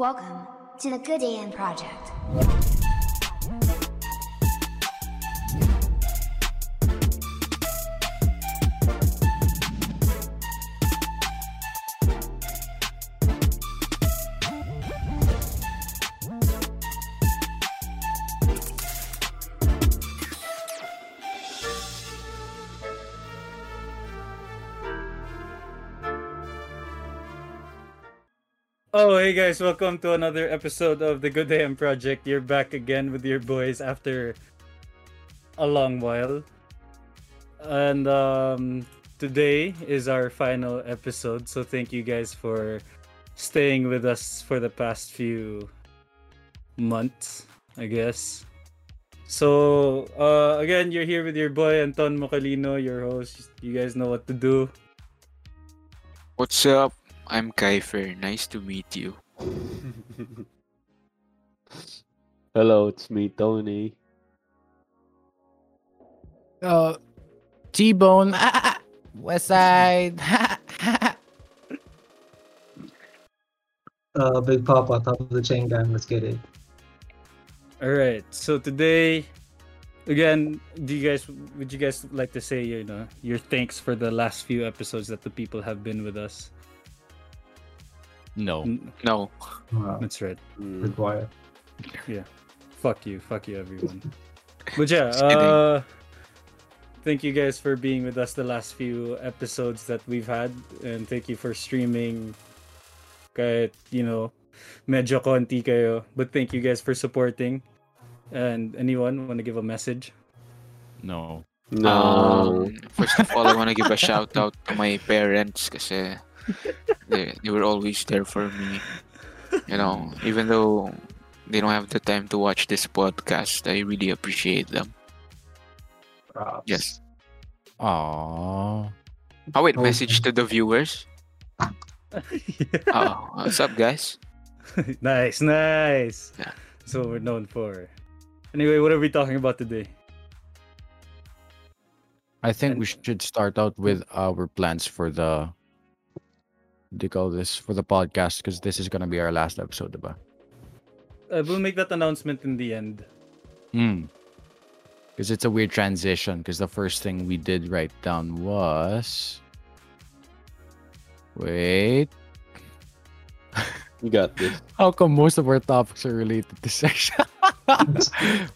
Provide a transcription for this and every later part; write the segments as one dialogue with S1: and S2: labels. S1: Welcome to the Good AM Project.
S2: Oh, hey guys, welcome to another episode of the Good AM Project. You're back again with your boys after a long while. And um, today is our final episode, so thank you guys for staying with us for the past few months, I guess. So, uh, again, you're here with your boy Anton Mocalino, your host. You guys know what to do.
S3: What's up? I'm Kyfer. Nice to meet you.
S4: Hello, it's me, Tony.
S5: Uh, T Bone, West Side.
S6: Uh, Big Papa, top of the chain gang. Let's get it.
S2: All right. So today, again, do you guys would you guys like to say you know your thanks for the last few episodes that the people have been with us?
S5: no.
S2: N-
S3: No.
S6: Wow.
S2: That's right.
S4: Mm.
S6: Good wire.
S2: Fuck you. Fuck you, everyone. But yeah,
S3: Just kidding.
S2: uh, thank you guys for being with us the last few episodes that we've had, and thank you for streaming. Kahit you know, medyo konti kayo, but thank you guys for supporting. And anyone want to give a message?
S5: No.
S4: No.
S3: Um, first of all, I want to give a shout out to my parents kasi they, they were always there for me. You know, even though they don't have the time to watch this podcast, I really appreciate them.
S6: Props.
S3: Yes.
S5: Aww.
S3: Oh, wait,
S6: Oh,
S3: message to the viewers. Oh, what's up, guys?
S2: nice, nice.
S3: Yeah.
S2: That's what we're known for. Anyway, what are we talking about today?
S5: I think we
S2: And-
S5: should start out with our plans for the. What do you call this for the podcast? Because this is gonna be our last episode, diba?
S2: Uh, we'll make that announcement in the end.
S5: Hmm. Because it's a weird transition. Because the first thing we did write down was. Wait.
S4: You got this.
S5: How come most of our topics are related to section?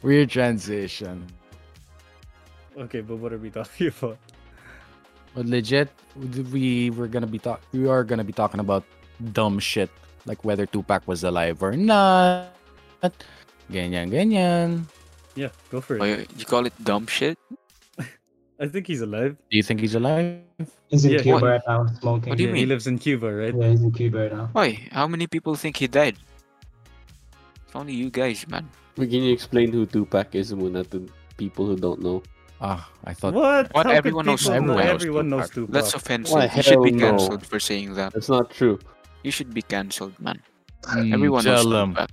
S5: weird transition.
S2: Okay, but what are we talking about?
S5: But legit, we were gonna be talk. We are gonna be talking about dumb shit, like whether Tupac was alive or not. Ganyan, ganyan.
S2: Yeah, go for it.
S3: Oh, you you call it dumb shit?
S2: I think he's alive.
S5: Do you think he's alive?
S6: He's in
S2: Yeah,
S6: Cuba
S3: what-
S6: right now, smoking.
S3: What do you
S2: Yeah, He
S3: mean?
S2: lives in Cuba, right?
S6: Yeah, he's in Cuba right now.
S3: Why? How many people think he died? It's only you guys, man.
S4: But can you explain who Tupac is muna to people who don't know?
S5: Ah, I thought.
S2: What?
S3: What?
S2: How could
S3: Everyone knows
S2: people
S5: Tupac.
S2: know- Everyone knows Tupac.
S3: That's offensive.
S4: Why,
S3: you should be
S4: hell no.
S3: cancelled for saying that.
S4: That's not true.
S3: You should be cancelled, man.
S5: Mm,
S3: Everyone knows
S5: tell 'em.
S3: Tupac.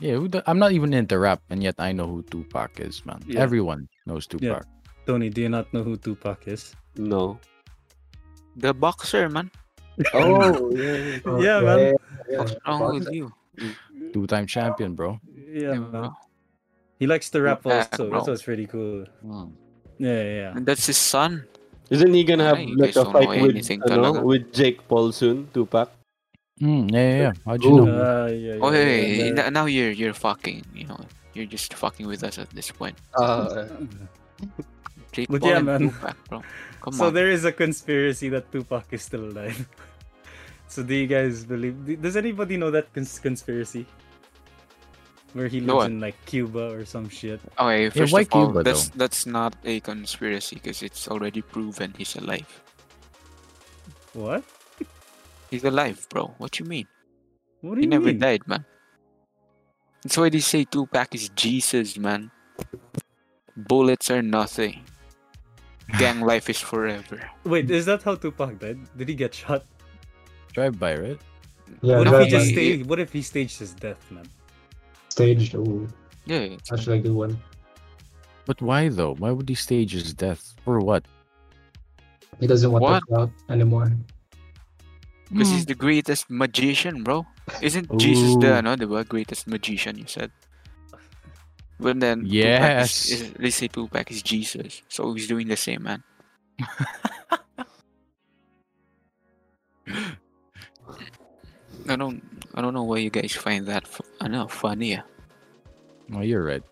S5: Yeah, who the- I'm not even into rap, and yet I know who Tupac is, man.
S2: Yeah.
S5: Everyone knows Tupac.
S2: Tony, do you not know who Tupac is?
S4: No.
S3: The boxer, man.
S4: Oh, yeah.
S6: Oh,
S2: Yeah, man.
S3: What's wrong with you?
S5: Two-time champion, bro.
S2: Yeah,
S3: Yeah,
S2: man. He likes to rap
S3: Tupac,
S2: also.
S3: bro.
S2: That's what's pretty cool.
S5: Hmm.
S2: Yeah, yeah, yeah.
S3: And that's his son.
S4: Isn't he gonna have
S3: Ay, you
S4: like
S3: guys
S4: a
S3: don't
S4: fight
S3: know
S4: with,
S3: anything
S4: ano,
S3: talaga.
S4: with Jake Paul soon, Tupac?
S5: Mm, yeah, yeah, yeah. How'd you
S4: Ooh.
S5: know?
S2: Ah, yeah, yeah,
S3: Oh, hey,
S2: yeah,
S3: hey,
S2: yeah.
S3: n- now you're you're fucking. You know, you're just fucking with us at this point.
S4: Uh,
S3: Jake
S2: But
S3: Paul
S2: yeah,
S3: and
S2: man.
S3: Tupac, bro. Come
S2: so
S3: on.
S2: there is a conspiracy that Tupac is still alive. so do you guys believe? d- Does anybody know that cons- conspiracy? Where he
S3: No
S2: lives
S3: one.
S2: in like Cuba or some shit.
S3: Okay, first
S5: why
S3: of all,
S5: Cuba,
S3: that's that's not a conspiracy because it's already proven he's alive.
S2: What?
S3: He's alive, bro. What you mean?
S2: What do
S3: He
S2: you
S3: never
S2: mean?
S3: died, man. That's why they say Tupac is Jesus, man. Bullets are nothing. Gang life is forever.
S2: Wait, is that how Tupac died? Did he get shot?
S5: Drive by, right?
S6: Yeah,
S2: what if
S6: that's
S2: he just
S3: he-
S2: staged? What if he staged his death, man?
S6: staged. Ooh,
S3: Yeah, it's-
S6: that's like the one.
S5: But why though? Why would he stage his death for what?
S6: He doesn't want the crowd anymore.
S3: because he's the greatest magician, bro. Isn't Jesus
S5: Ooh.
S3: the ano, the greatest magician you said? But then Tupac is-
S5: Yes.
S3: is- they say Tupac is Jesus. So he's doing the same man. I don't I don't know why you guys find that f- I know, funny. ah.
S5: Oh, you're right.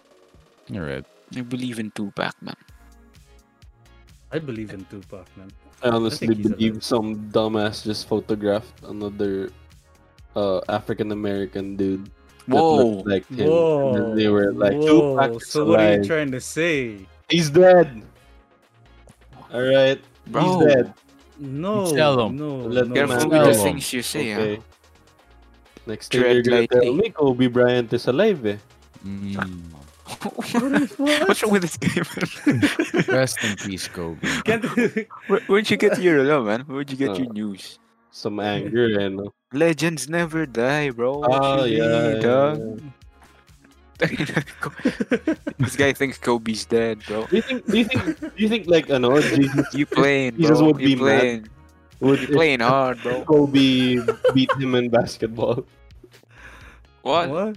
S5: You're right.
S3: I believe in Tupac, man.
S2: I believe in Tupac, man.
S4: I honestly
S2: he's
S4: believe some dumbass just photographed another uh, African American dude. that
S3: Whoa.
S4: looked like him.
S2: Whoa.
S4: And then they were like,
S2: Whoa.
S4: Tupac is
S2: So what are you
S4: alive.
S2: trying to say?
S4: He's dead. All right,
S3: Bro.
S4: he's dead.
S2: No.
S5: Tell 'em.
S2: No.
S4: Let
S2: no,
S4: them
S2: no.
S3: Careful with the
S5: Album.
S3: things you say. ah.
S4: Okay. Next thing you're
S3: Tread
S4: gonna tell
S3: lightly.
S4: me, Kobe Bryant is alive. Eh.
S5: Mm.
S3: What's wrong with this game? man?
S5: Rest in peace, Kobe.
S2: Can't-
S3: Where, where'd you get your love, man? Where'd you get
S4: Uh,
S3: your news?
S4: Some anger, eh, no?
S3: Legends never die, bro. What
S4: Oh,
S3: you
S4: yeah,
S3: mean,
S4: yeah,
S3: dog? this guy thinks Kobe's dead, bro.
S4: Do you think? Do you think? do you think like ano? Jesus
S3: You playing,
S4: He
S3: bro.
S4: just would
S3: you
S4: be mad.
S3: playing.
S4: would
S3: You playing hard, bro.
S4: Kobe beat him in basketball.
S3: What? What,
S2: What?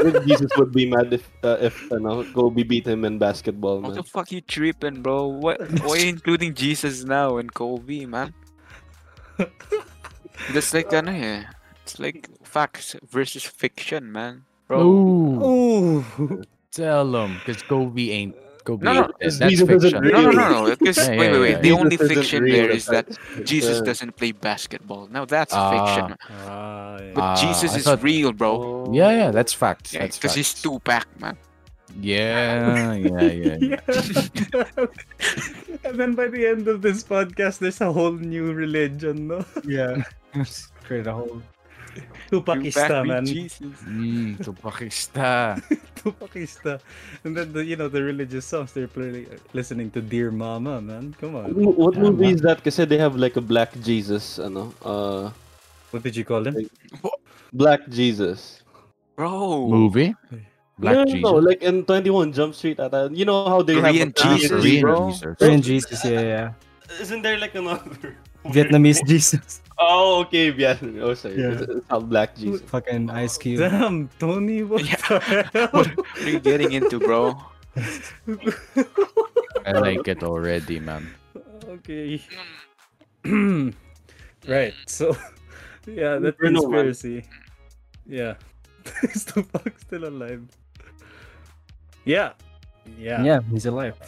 S4: I think Jesus would be mad if uh, if ano, Kobe beat him in basketball,
S3: the
S4: man.
S3: fuck you tripping, bro? What? Why you including Jesus now and Kobe, man? That's like ano eh. It's like facts versus fiction, man. Bro.
S5: Ooh,
S2: Ooh.
S5: tell them, because Kobe ain't Kobe.
S3: No, no,
S5: ain't dead.
S4: it's
S5: That's
S4: Jesus isn't
S5: fiction.
S3: No, no, no, no. Because
S5: Yeah,
S3: wait, wait,
S5: yeah,
S3: wait. The
S5: yeah.
S4: Jesus
S3: only
S4: isn't
S3: fiction
S4: real,
S3: there is that
S4: that's-
S3: Jesus
S4: uh,
S3: doesn't play basketball. Now that's
S5: Ah.
S3: fiction. man.
S2: Ah, yeah.
S3: But
S5: Ah,
S3: Jesus
S5: I
S3: is
S5: thought-
S3: real, bro.
S4: oh.
S5: Yeah, yeah, that's fact.
S3: Yeah,
S5: that's
S3: because
S5: fact.
S3: he's Tupac, man.
S5: Yeah, yeah, yeah. yeah.
S2: and then by the end of this podcast, there's a whole new religion, no?
S6: Yeah.
S2: Create a whole Tupakista,
S3: Tupac
S2: man.
S3: with Jesus.
S5: Mm, Tupakista.
S2: Tupakista. And then the you know the religious songs they're playing, listening to Dear Mama, man. Come
S4: What
S2: on.
S4: mo- What
S5: Yeah,
S4: movie is that? Kasi they have like a black Jesus, ano? Uh,
S2: What did you call them?
S4: black Jesus.
S3: Bro.
S5: Movie?
S4: no, no,
S5: Black Jesus.
S4: no, like in 21 Jump Street. Ata, you know how they
S3: Korean
S4: have a-
S3: Jesus,
S5: Korean
S4: bro?
S5: Jesus.
S4: Korean
S6: Jesus, yeah, yeah.
S4: Isn't there like another?
S6: Vietnamese Jesus.
S4: Oh, okay, Vietnamese. Oh, sorry.
S6: Yeah.
S4: It's, it's not black Jesus.
S6: Fucking Ice Cube.
S2: Damn, Tony, what the
S3: What
S2: hell?
S3: are you getting into, bro?
S5: I like it already, man.
S2: okay. right. So, yeah, that
S4: Bruno won.
S2: conspiracy. Yeah. Is Tupac still alive? Yeah. Yeah.
S6: Yeah, he's alive.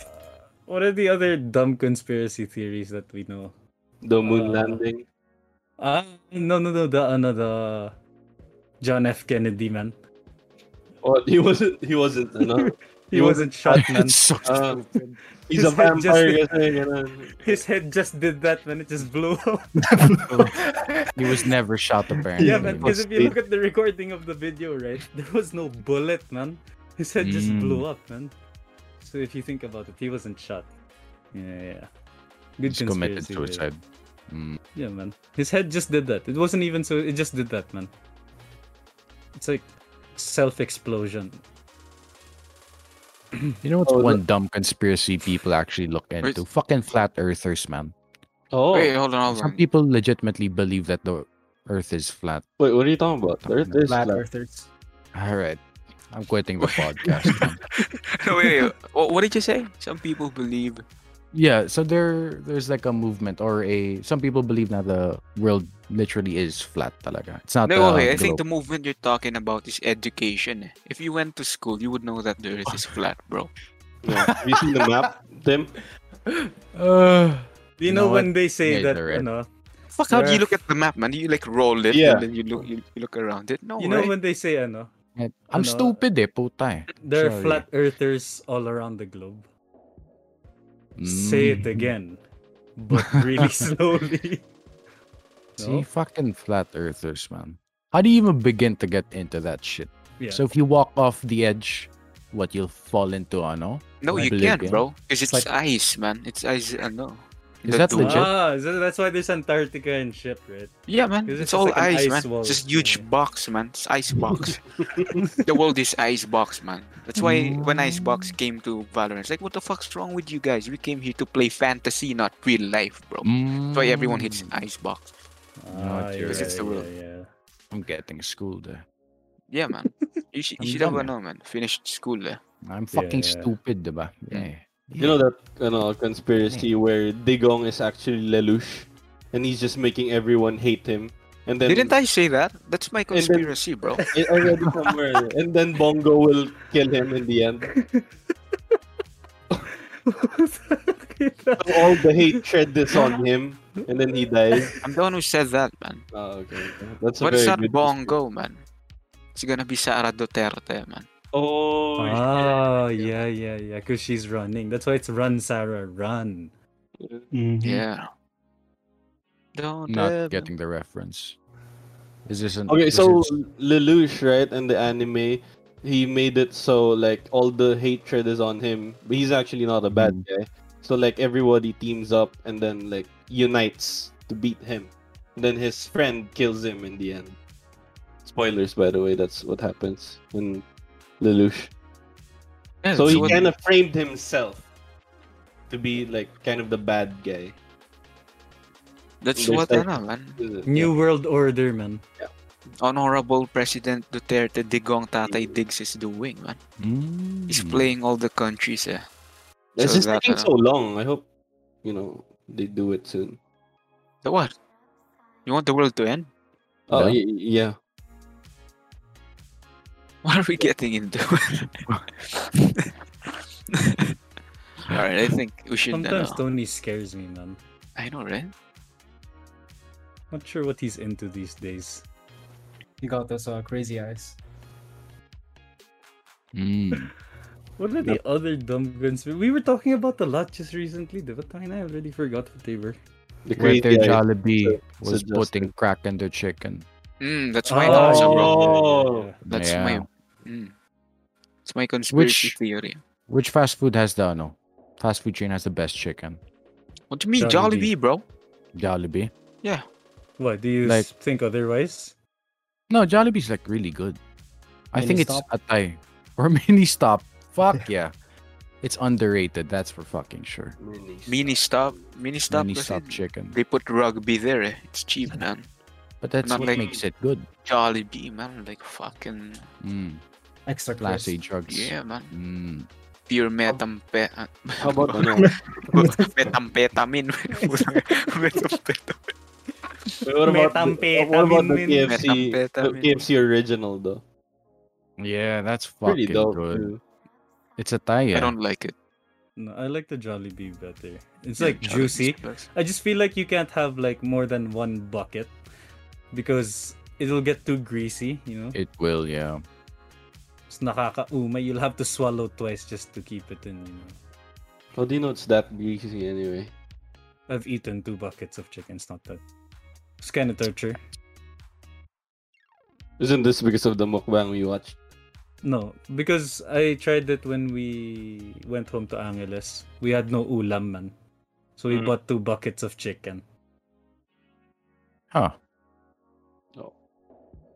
S2: What are the other dumb conspiracy theories that we know?
S4: The moon
S2: Uh,
S4: landing.
S2: Ah, no, no, no, the ano, the John F. Kennedy man.
S4: Oh, he wasn't. He wasn't. Ano?
S2: He,
S4: He
S2: wasn't shot, man.
S5: It's so-
S4: Uh, he's
S2: His
S4: a
S2: head just-
S4: vampire. Kasi, ganun.
S2: His head just did that, man. It just blew up.
S5: he was never shot, apparently.
S2: yeah, man. Because if
S4: was
S2: you look at the recording of the video, right, there was no bullet, man. His head just
S5: Mm.
S2: blew up, man. So if you think about it, he wasn't shot. Yeah, yeah. Good
S5: He's committed
S2: conspiracy theory.
S5: suicide. Mm.
S2: Yeah, man. His head just did that. It wasn't even so. It just did that, man. It's like self explosion.
S5: You know what's
S4: Oh,
S5: one dumb conspiracy people actually look into? Fucking flat earthers, man.
S4: Oh,
S3: Wait,
S4: wait,
S3: hold on, hold on.
S5: Some people legitimately believe that the earth is flat.
S4: what are you talking about? The Earth is
S6: Flat
S4: flat.
S6: Earthers.
S5: All right. I'm quitting the podcast. man.
S3: No, wait, wait. What, what did you say? Some people believe.
S5: Yeah, so there there's like a movement or a some people believe that the world literally is flat talaga. It's not uh,
S3: No,
S5: a
S3: okay. I think the
S5: globe.
S3: movement you're talking about is education. eh. If you went to school, you would know that the earth is flat, bro.
S4: Yeah. Have you seen the map, Tim?
S5: Uh,
S2: You
S5: You
S2: know,
S5: know
S2: when they say
S5: Yeah,
S2: that,
S5: you're right.
S2: you know,
S3: Fuck, how do you
S2: Earth-
S3: look at the map, man? You like roll it
S4: Yeah.
S3: and then you look you, you look around it. No,
S2: you know
S3: right?
S2: when they say, ano,
S5: I'm
S2: Ano?
S5: stupid eh, puta eh.
S2: there are
S5: Sorry.
S2: flat earthers all around the globe. Say it
S3: eh,
S5: Mm.
S2: again, but really slowly.
S5: See,
S2: No?
S5: fucking flat earthers, man. How do you even begin to get into that shit?
S2: Yeah.
S5: So if you walk off the edge, what you'll fall into, ano?
S3: no, you
S5: Oblivion.
S3: can't, bro. Because it's,
S2: It's like-
S3: ice, man. It's ice. I know.
S5: Is that
S3: dome.
S5: legit?
S2: ah, so that's why there's Antarctica and shit, right?
S3: Yeah, man.
S2: 'Cause it's
S3: It's,
S2: just
S3: all
S2: like an
S3: ice,
S2: ice
S3: man.
S2: wall,
S3: It's just huge
S2: yeah.
S3: box, man. It's ice box. the world is ice box, man. That's why when ice box came to Valorant, it's like, what the fuck's wrong with you guys? We came here to play fantasy, not real life, bro. That's why everyone hits
S5: Mm.
S3: ice box.
S5: know
S2: Ah,
S5: what, you're
S2: yeah,
S3: right. It's the world.
S2: yeah, yeah.
S5: Mm, I'm getting schooled. eh.
S3: Yeah, man. You should, you
S5: I'm
S3: should have
S5: done,
S3: know, man. Finished school. Eh.
S5: I'm fucking
S2: Yeah.
S5: stupid, diba?
S3: Mm.
S5: Yeah.
S4: You know that ano, conspiracy where Digong is actually Lelouch and he's just making everyone hate him. And then
S3: Didn't I say that? That's my
S4: then-
S3: conspiracy, bro.
S4: It already somewhere. and then Bongo will kill him in the end. So all the hate shed this on him and then he dies.
S3: I'm the one who said that, man.
S4: Oh, okay. okay. That's a
S3: What is
S4: very
S3: that
S4: good
S3: bongo, man? It's gonna be Sara Duterte, man.
S4: Oh,
S2: Oh, yeah, yeah, yeah. Because she's running. That's why it's run, Sarah, run.
S6: Mhm.
S3: Yeah. Don't ever-
S5: Not getting the reference. Is this an
S4: Okay,
S5: this
S4: so
S5: is-
S4: Lelouch, right, and the anime, he made it so like all the hatred is on him. But he's actually not a bad guy. So like everybody teams up and then like unites to beat him. And then his friend kills him in the end. Spoilers, by the way, that's what happens in Lelouch.
S3: Yeah,
S4: So
S3: that's
S4: he
S3: what-
S4: kind of framed himself to be like kind of the bad guy.
S3: That's
S4: There's
S3: what
S4: like-
S3: ano, man.
S2: New World Order, man.
S3: Honorable President Duterte Digong Tatay Diggs is doing, man. He's
S5: Mm.
S3: playing all the countries, eh.
S4: It's
S3: So
S4: just
S3: that,
S4: taking
S3: uh,
S4: so long. I hope you know they do it soon.
S3: The what? You want the world to end?
S4: Oh y- y-
S5: Yeah.
S4: yeah.
S3: What are we getting into? Alright, I think we should.
S2: Sometimes
S3: ano,
S2: Tony scares me, man.
S3: I know, right?
S2: Not sure what he's into these days.
S6: He got those uh, crazy eyes.
S5: Mm.
S2: What are the other dumb guns? We were talking about a lot just recently. The and I already forgot what they were.
S4: The
S5: Where their
S4: guy.
S5: Jollibee
S4: su-
S5: was
S4: suggested.
S5: putting crack in their chicken.
S3: Mm, that's my answer, bro.
S4: Oh.
S2: Ah, yeah,
S3: That's
S5: yeah.
S3: my. Mm, it's my conspiracy
S5: Which-
S3: theory.
S5: Which fast food has the no? Fast food chain has the best chicken.
S3: What do you mean,
S2: Jollibee.
S3: Jollibee, bro?
S5: Jollibee.
S3: Yeah.
S2: What do you
S5: Like-
S2: s- think otherwise?
S5: No, Jollibee's like really good. I think it's
S6: Mini-stop?
S5: Atay or Mini Stop. Fuck yeah. It's underrated. That's for fucking sure.
S3: Mini stop, mini stop.
S5: Mini
S3: kasi
S5: Stop chicken.
S3: They put rugby there. Eh. It's cheap, man.
S5: But that's
S3: not
S5: what
S3: like-
S5: makes it good.
S3: Jollibee, man. Like fucking
S5: Mm.
S6: Extra
S5: Class A
S6: crazy.
S5: drugs.
S3: yeah, man.
S5: Mm.
S3: Pure uh, metampe.
S4: How about ano?
S3: metamphetamin? Metamphetam-
S4: What about the,
S2: Metamphetamine.
S4: what about the KFC? The
S3: Metamphetamine.
S4: KFC original though.
S5: Yeah, that's
S4: Pretty
S5: fucking
S4: dope.
S5: good.
S4: too.
S5: It's a Thai.
S3: I don't like it.
S2: No, I like the Jollibee better. It's
S3: Yeah,
S2: like
S3: Jollibee's
S2: juicy.
S3: best.
S2: I just feel like you can't have like more than one bucket because it'll get too greasy, you know?
S5: It will, yeah.
S2: It's nakakauma. You'll have to swallow twice just to keep it in, you know?
S4: How do you know it's that greasy anyway?
S2: I've eaten two buckets of chicken. It's not that. It's kind of torture.
S4: Isn't this because of the mukbang we watched?
S2: No, because I tried it when we went home to Angeles. We had no ulam, man. So we
S4: Mm.
S2: bought two buckets of chicken.
S5: Huh.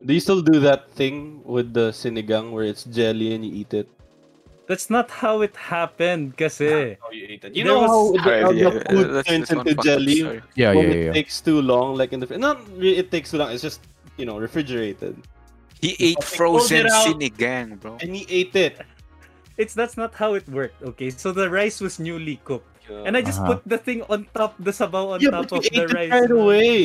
S4: Do you still do that thing with the sinigang where it's jelly and you eat it?
S2: That's not how it happened, kasi.
S4: Oh, you ate it.
S2: You know Uh, how-
S4: how the,
S3: Yeah,
S4: food
S3: Uh, that's-
S4: turns
S3: that's one
S4: into
S3: fucked up
S4: jelly
S3: story.
S5: Yeah,
S4: when
S5: yeah,
S4: it
S5: yeah.
S4: takes too long, like in the fr- not really it takes too long. It's just you know refrigerated,
S3: He ate
S4: fucking pulled
S3: frozen
S4: it out.
S3: sinigang, bro.
S4: and he ate it.
S2: It's that's not how it worked. Okay, so the rice was newly cooked, and I just
S5: Uh-huh.
S2: put the thing on top, the sabaw on
S4: yeah,
S2: top
S4: but
S2: of
S4: you
S2: the
S4: ate
S2: rice.
S4: it right away.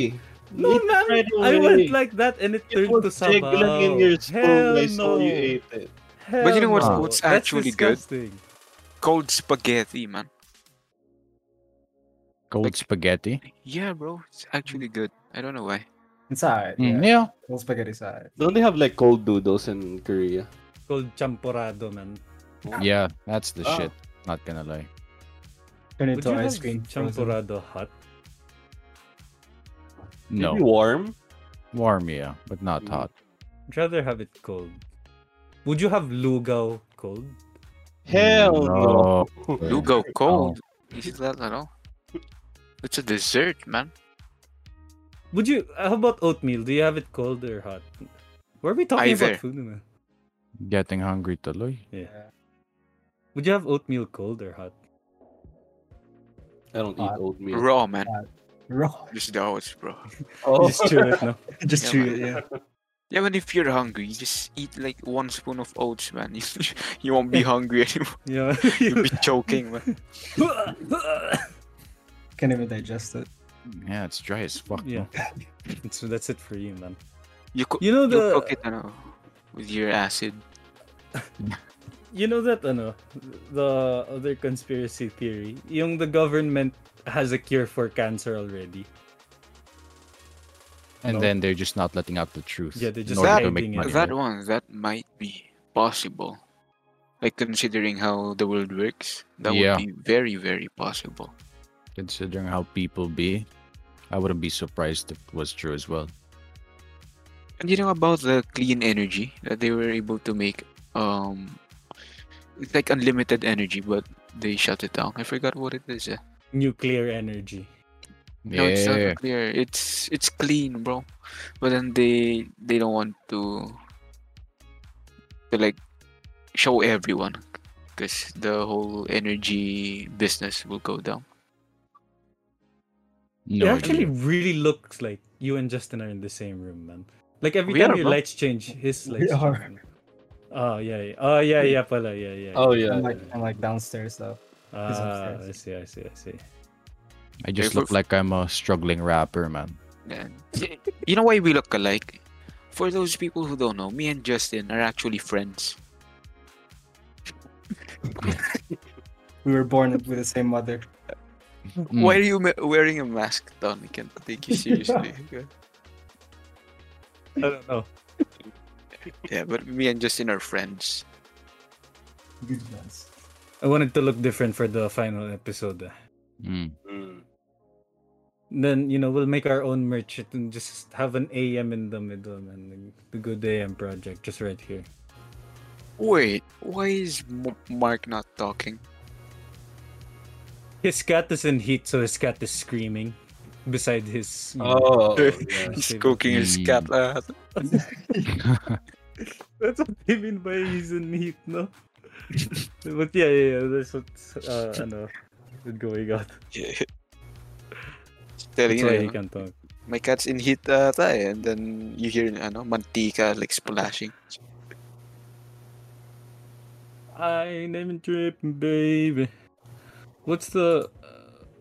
S2: No,
S4: You ate it
S2: man,
S4: right
S2: I
S4: away.
S2: went like that, and it,
S4: It
S2: turned
S4: was
S2: to sabaw.
S4: jiggling in your spoon.
S2: Hell
S4: I
S2: no.
S4: saw you ate it.
S2: Hell
S3: you know what's-
S2: no.
S3: what's
S2: That's
S3: actually good?
S2: disgusting.
S3: Cold spaghetti, man.
S5: Cold spaghetti.
S3: Yeah, bro. It's actually good. I don't know why.
S6: It's alright.
S5: Mm,
S6: Yeah.
S5: yeah.
S6: Cold spaghetti's alright.
S4: Don't they have like cold noodles in Korea?
S2: Called champorado, man.
S5: Yeah, that's the
S4: Oh.
S5: shit. Not gonna lie.
S6: Turn
S2: Would
S6: into
S2: you have
S6: ice cream. frozen.
S2: champorado hot?
S4: Maybe
S5: No,
S4: warm.
S5: warm, yeah, but not hot.
S2: I'd rather have it cold. Would you have lugaw cold?
S4: Hell
S5: Mm,
S4: no.
S5: way.
S2: Oh.
S3: Lugo cold. Is it that at all? It's a dessert, man.
S2: Would you? How about oatmeal? Do you have it cold or hot? Were we talking
S3: Either.
S2: about food? Man?
S5: Getting hungry, tuloy.
S2: Yeah. Would you have oatmeal cold or hot?
S4: I don't eat
S6: Uh,
S4: oatmeal.
S3: Raw, man.
S6: Raw.
S3: Just the oats, bro.
S4: Oh.
S2: Just chew it now.
S3: Yeah,
S6: Just chew it. Yeah.
S3: Yeah, but if you're hungry, you just eat like one spoon of oats, man. You, you won't be hungry anymore.
S2: Yeah.
S3: You'll be choking, man.
S6: Can't even digest it.
S5: Yeah, it's dry as fuck.
S2: yeah.
S5: no?
S2: So that's it for you, man.
S3: You, co-
S2: You know
S3: you
S2: the
S3: cook it ano, with your acid.
S2: you know that ano the other conspiracy theory, yung the government has a cure for cancer already.
S5: And
S2: No.
S5: then they're just not letting out the truth.
S2: Yeah, they're
S5: in
S2: just
S5: order
S3: hiding
S5: to make
S2: it.
S5: money,
S3: That
S5: right?
S3: one, that might be possible. Like considering how the world works, that
S5: Yeah.
S3: would be very, very possible.
S5: Considering how people be, I wouldn't be surprised if it was true as well.
S3: And you know about the clean energy that they were able to make? Um, it's like unlimited energy, but they shut it down. I forgot what it is. eh.
S2: Nuclear energy.
S3: No, it's
S5: Yeah.
S3: not clear. It's it's clean, bro. But then they they don't want to to like show everyone because the whole energy business will go down.
S5: No,
S2: it
S5: idea.
S2: actually really looks like you and Justin are in the same room, man. Like every
S3: We
S2: time
S3: are,
S2: your
S3: bro.
S2: lights change, his
S6: We
S2: lights.
S6: are.
S2: change. Oh yeah, yeah. Oh yeah, yeah, pala, yeah, yeah.
S4: Oh yeah.
S6: I'm like I'm like downstairs though. He's
S2: Ah, I
S6: upstairs.
S2: see, I see, I see.
S5: I just
S3: for-
S5: look like I'm a struggling rapper, man.
S3: And you know why we look alike? For those people who don't know, me and Justin are actually friends.
S6: We were born with the same mother.
S2: Mm.
S3: Why are you ma- wearing a mask, Don? I can't take you seriously.
S2: I don't know.
S3: yeah, but me and Justin are friends.
S6: Good ones.
S2: I wanted to look different for the final episode. eh.
S5: Mm.
S4: Mm.
S2: Then you know we'll make our own merch and just have an AM in the middle, man. The- The Good AM project, just right here.
S3: Wait, why is M- Mark not talking?
S2: His cat is in heat, so his cat is screaming beside his. you know,
S4: Oh.
S3: He's
S2: favorite-
S3: cooking
S5: mm.
S3: his cat. Uh,
S2: That's what they mean by he's in heat, no? but yeah, yeah, yeah, that's what uh, ano, is going on.
S3: telling
S2: That's
S3: you,
S2: why
S3: ano,
S2: he can talk.
S3: my cat's in heat uh, tayo, and then you hear ano, mantika like splashing.
S2: I ain't even tripping, baby. What's the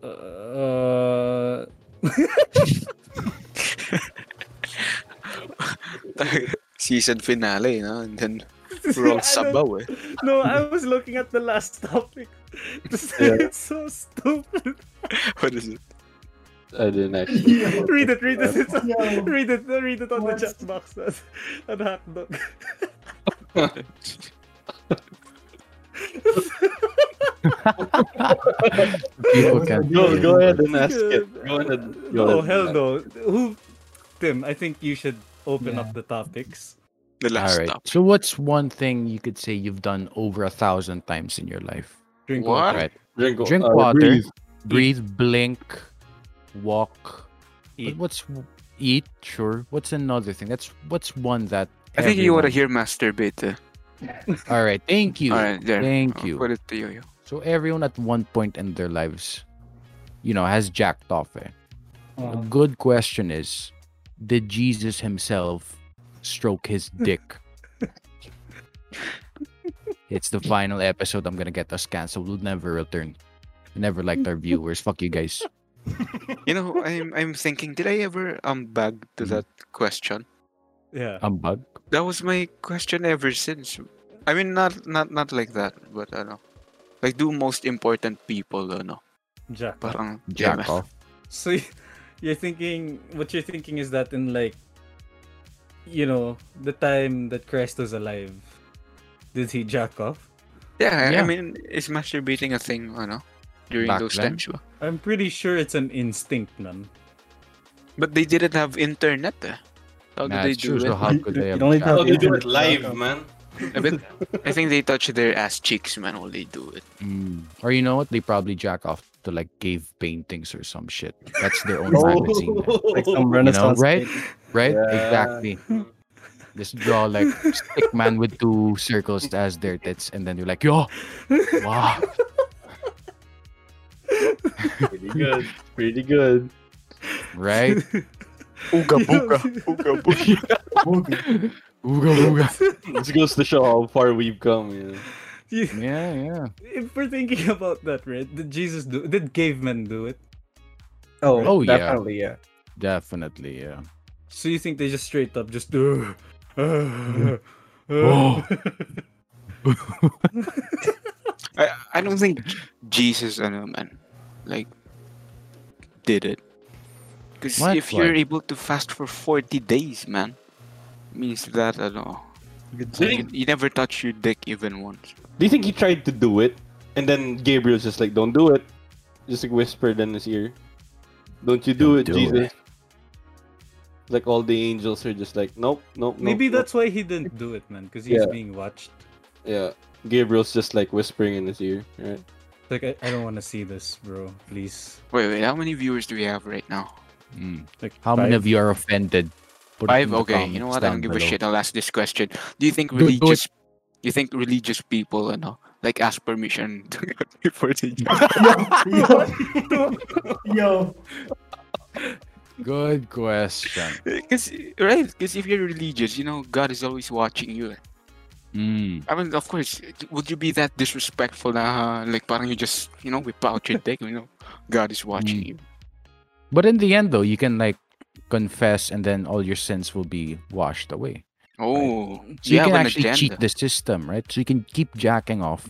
S2: uh,
S3: Season finale, you know, and then
S2: I
S3: we're all
S2: don't-
S3: sabaw eh.
S2: No, I was looking at the last topic.
S4: Yeah.
S2: it's so stupid.
S3: What is it?
S4: I didn't actually.
S2: read it, read it. It's on,
S6: Yo.
S2: read it, read it on
S6: What?
S2: the chat box. At Hotdog.
S5: People can
S4: Go, go ahead and ask it. Go ahead. and- Go
S2: Oh,
S4: ahead
S2: hell
S4: and
S2: no. Who, Tim, I think you should open
S6: Yeah.
S2: up the topics.
S3: The
S5: All
S3: last
S5: right.
S3: stop.
S5: So, what's one thing you could say you've done over a thousand times in your life?
S2: Drink
S3: What?
S2: water.
S5: Right.
S4: Drink,
S5: Drink
S4: uh,
S5: water.
S4: breathe.
S5: Breathe, blink, walk.
S2: Eat.
S5: What's eat? Sure. What's another thing? That's what's one that.
S3: I think you want to
S5: everyone-
S3: hear masturbate. eh.
S5: All right. Thank you.
S3: All right, there.
S5: Thank
S3: I'll
S5: you.
S3: Put it to you. yo.
S5: So everyone at one point in their lives, you know, has jacked off. Eh? A
S6: Uh,
S5: good question is, did Jesus himself stroke his dick? it's the final episode. I'm gonna get us canceled. We'll never return. I never liked our viewers. Fuck you guys.
S3: You know, I'm I'm thinking, did I ever um bag to
S5: Mhm.
S3: that question?
S2: Yeah.
S5: I'm bug.
S3: That was my question ever since. I mean, not not not like that, but I know. Like, do most important people, ano?
S2: Jack.
S3: Parang
S5: Jack
S3: yeah,
S5: off.
S2: So y- you're thinking what you're thinking is that in like you know the time that Christ was alive, did he jack off?
S3: Yeah, I
S5: Yeah.
S3: mean, is masturbating a thing, ano? During
S5: Back
S3: those
S5: then?
S3: times, ba?
S2: I'm pretty sure it's an instinct, man.
S3: But they didn't have internet. Eh. How
S5: Nah,
S3: did they
S5: it's true.
S3: do it?
S5: So how could
S6: You
S5: they have?
S6: don't need to
S4: Oh, they do
S5: jacked off?
S6: have
S4: it live, man.
S3: I, bet, I think they touch their ass cheeks, man, while they do it.
S5: Mm. Or you know what? They probably jack off to like cave paintings or some shit. That's their
S4: Oh.
S5: own fantasy. man.
S6: like
S5: You know,
S6: some Renaissance.
S5: right?
S6: lady.
S5: Right?
S4: Yeah.
S5: Exactly. Just draw like stick man with two circles as their tits, and then you're like, yo, wow.
S4: Oh. Pretty good. Pretty good.
S5: Right?
S3: Ooga booga. Ooga booga.
S6: Boogie.
S5: Ooga booga.
S4: This goes to show how far we've come. Yeah.
S2: You-
S5: yeah, yeah.
S2: if we're thinking about that, right? Did Jesus do? Did cavemen do it?
S6: Oh,
S5: Oh, yeah.
S6: definitely, yeah.
S5: Definitely, yeah.
S2: So you think they just straight up just? Uh, uh,
S5: Oh.
S3: I, I don't think J- Jesus and a man like did it. Because
S5: What?
S3: if you're able to fast for 40 days, man, means that I know
S4: Do you,
S3: you,
S4: think,
S3: you never touch your dick even once.
S4: do you think he tried to do it, and then Gabriel's just like, "Don't do it," just like whispered in his ear, "Don't you do
S5: Don't
S4: it,
S5: do
S4: Jesus." Like all the angels are just like, "Nope, nope." nope,
S2: Maybe
S4: nope."
S2: that's why he didn't do it, man, because he's
S4: Yeah.
S2: being watched.
S4: yeah. Gabriel's just like whispering in his ear. Right?
S2: Like I, I don't want to see this, bro. Please.
S3: Wait, wait, how many viewers do we have right now?
S5: Mm.
S2: Like
S5: How many
S2: five?
S5: of you are offended? Put it in
S3: Five?
S5: the
S3: Okay, you know
S5: comments
S3: what? I
S5: down
S3: don't give a
S5: below.
S3: shit. I'll ask this question. Do you think
S5: Do- do it.
S3: religious. you think religious people and all, like ask permission to- before they
S6: Yo.
S5: Good question.
S3: Because right, because if you're religious, you know God is always watching you.
S5: Mm.
S3: I mean, of course, would you be that disrespectful? Uh, like parang you just you know whip out your dick. You know, God is watching
S5: Mm.
S3: you.
S5: But in the end, though, you can like confess, and then all your sins will be washed away.
S3: Oh,
S5: So you
S3: have
S5: can
S3: an
S5: actually cheat
S3: agenda.
S5: the system, right? So you can keep jacking off,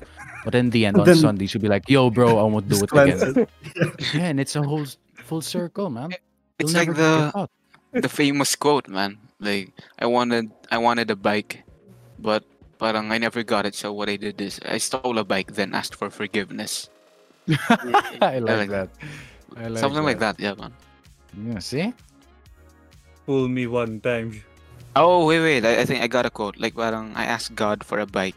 S5: but in the end on
S6: Then-
S5: Sundays you'll be like, "Yo, bro, I won't do it
S6: Just cleanse
S5: again."
S6: it.
S5: Yeah, and it's a whole s- full circle, man.
S3: It's
S5: You'll
S3: like
S5: never get
S3: the
S5: out.
S3: the famous quote, man. Like I wanted I wanted a bike, but parang I never got it. So what I did is I stole a bike, then asked for forgiveness.
S5: I like
S3: like-
S5: that. I like
S3: Something like that, yeah, man.
S5: Yeah, see?
S2: Fool me one time.
S3: Oh wait, wait. I, I think I got a quote. Like parang I asked God for a bike,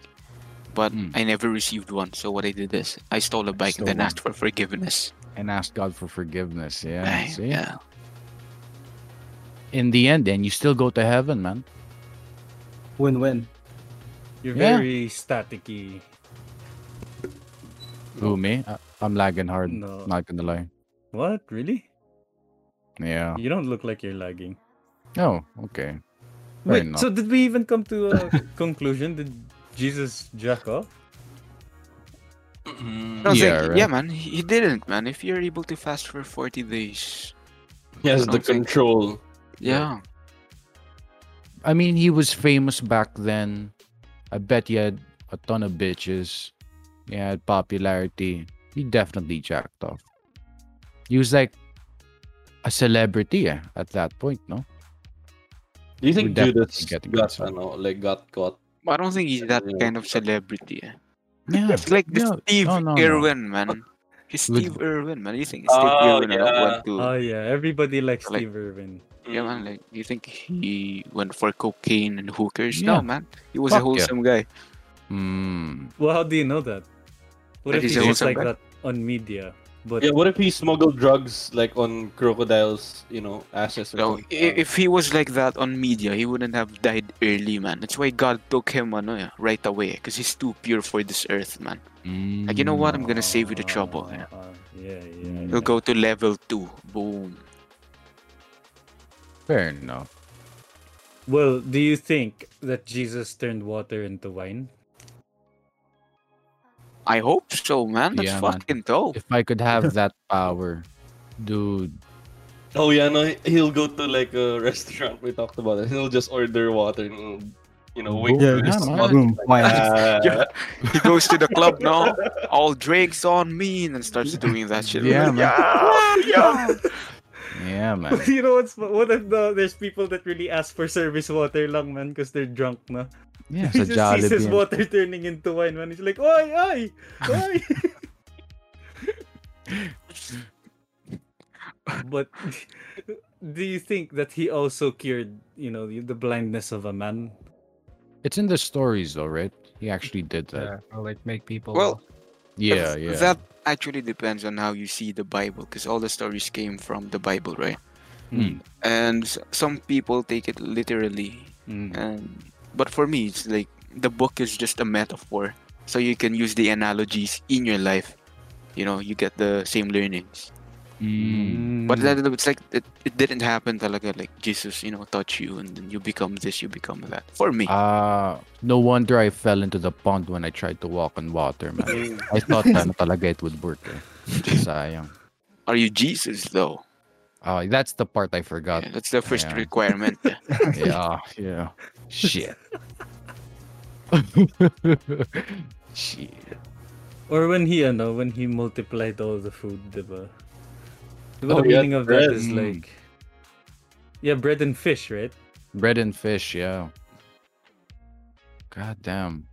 S3: but
S5: Mm.
S3: I never received one. So what I did is I stole a bike
S5: Stole
S3: and then
S5: one.
S3: asked for forgiveness.
S5: And ask God for forgiveness. Yeah,
S3: Ay,
S5: see?
S3: yeah.
S5: In the end, then you still go to heaven, man.
S6: Win-win.
S2: You're
S5: Yeah.
S2: very staticky.
S5: Who me? I- I'm lagging hard.
S2: No.
S5: Not gonna lie.
S2: What? Really?
S5: Yeah.
S2: You don't look like you're lagging.
S5: Oh, okay. Fair
S2: Wait,
S5: enough.
S2: so did we even come to a conclusion? Did Jesus jack off?
S3: I don't
S5: Hmm. Yeah,
S3: think-
S5: right.
S3: yeah, man. He he didn't, man. If you're able to fast for 40 days,
S4: He has
S3: I
S4: the
S3: don't think-
S4: control.
S3: yeah.
S5: I mean, he was famous back then. I bet he had a ton of bitches. He had popularity. He definitely jacked off. He was like a celebrity eh, at that point, no?
S4: Do you think
S5: Would definitely
S4: Judas
S5: get the
S4: got,
S5: consent.
S4: ano, like got caught?
S3: But I don't think he's that
S4: Yeah.
S3: kind of celebrity. eh.
S5: Yeah.
S3: It's like the
S5: no,
S3: Steve
S5: no, no, no.
S3: Irwin, man. He's
S5: With-
S3: Steve Irwin, man. You think Steve
S4: Oh,
S3: Irwin yeah.
S4: yeah.
S3: went to?
S2: Oh yeah, everybody likes
S3: Like-
S2: Steve Irwin.
S3: yeah, man. Like, you think he went for cocaine and hookers? No,
S5: Yeah.
S3: man. He was a
S5: Fuck yeah.
S3: wholesome guy.
S5: Hmm.
S2: Well, how do you know that? What
S3: That
S2: if
S3: he's
S2: he's
S3: a
S2: just
S3: wholesome
S2: like
S3: guy.
S2: that on media? But
S4: Yeah, what if he smuggled drugs like on crocodiles, you know, asses or
S3: No,
S4: something?
S3: i- if he was like that on media, he wouldn't have died early, man. That's why God took him, ano, eh, right away, because he's too pure for this earth, man.
S5: mm.
S3: Like, you know what? I'm gonna save you the trouble.
S2: Ah,
S3: Yeah.
S2: ah, yeah, yeah.
S5: Mm.
S3: He'll go to level two. Boom.
S5: Fair enough.
S2: Well, do you think that Jesus turned water into wine?
S3: I hope so, man. That's
S5: Yeah, man.
S3: fucking dope.
S5: If I could have that power, dude.
S4: Oh yeah, no, he'll go to like a restaurant we talked about it. He'll just order water and he'll, you know, wait. for
S5: Yeah,
S4: his
S5: just
S4: water.
S5: man.
S6: Boom. Why not?
S4: Ah,
S3: Yeah. He goes to the club now, all drinks on me, and then starts doing that shit.
S5: Yeah, man.
S3: yeah, yeah.
S5: Yeah, man.
S2: you know what's what if the, there's people that really ask for service water lang man because they're drunk na.
S5: Yeah,
S2: He
S5: sa
S2: just sees his
S5: Jollibee.
S2: water turning into wine man. He's like, "Oy, oy. Oy." but do you think that he also cured, you know, the, the blindness of a man?
S5: It's in the stories, though, right? He actually did that.
S6: Yeah, or like make people.
S3: Well,
S5: Yeah, yeah.
S3: That actually depends on how you see the Bible, because all the stories came from the Bible, right?
S5: Mm.
S3: And s- some people take it literally,
S5: Mm,
S3: and but for me, it's like the book is just a metaphor, so you can use the analogies in your life. You know, you get the same learnings. But
S5: Hmm.
S3: that it's like it, it didn't happen talaga. Like Jesus, you know, touch you and then you become this, you become that. For me,
S5: Ah, no wonder I fell into the pond when I tried to walk on water, man. I thought ano talaga it would work. Eh. Sayang.
S3: are you Jesus though?
S5: Ah, that's the part I forgot.
S3: Yeah, that's the first
S5: Ah. yeah.
S3: requirement.
S5: yeah, yeah. Shit. Shit.
S2: Or when he, ano, when he multiplied all the food, diba? Diba
S4: Oh,
S2: the
S4: yeah,
S2: meaning of that
S4: bread.
S2: is
S5: Mm.
S2: like... Yeah, bread and fish, right?
S5: Bread and fish, yeah. God damn.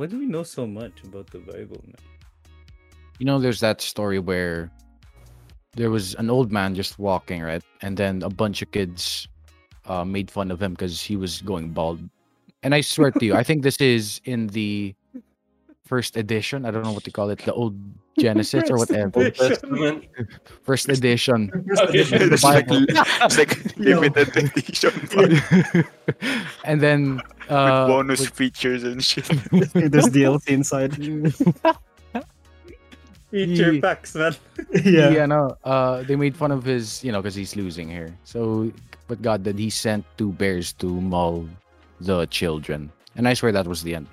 S2: Why do we know so much about the Bible, man?
S5: You know, there's that story where there was an old man just walking, right? And then a bunch of kids uh, made fun of him because he was going bald. And I swear to you, I think this is in the first edition. I don't know what to call it, the old Genesis or
S2: First
S5: whatever.
S4: Old Testament.
S5: First edition.
S3: it's like, it's like
S6: No.
S3: limited edition
S5: and then uh,
S3: bonus features and shit.
S6: There's DLC inside.
S2: Eat your
S5: Ye-
S2: packs, man.
S5: yeah.
S6: yeah.
S5: no. Uh, they made fun of his, you know, because he's losing here. So, but God, that he sent two bears to maul the children, and I swear that was the end.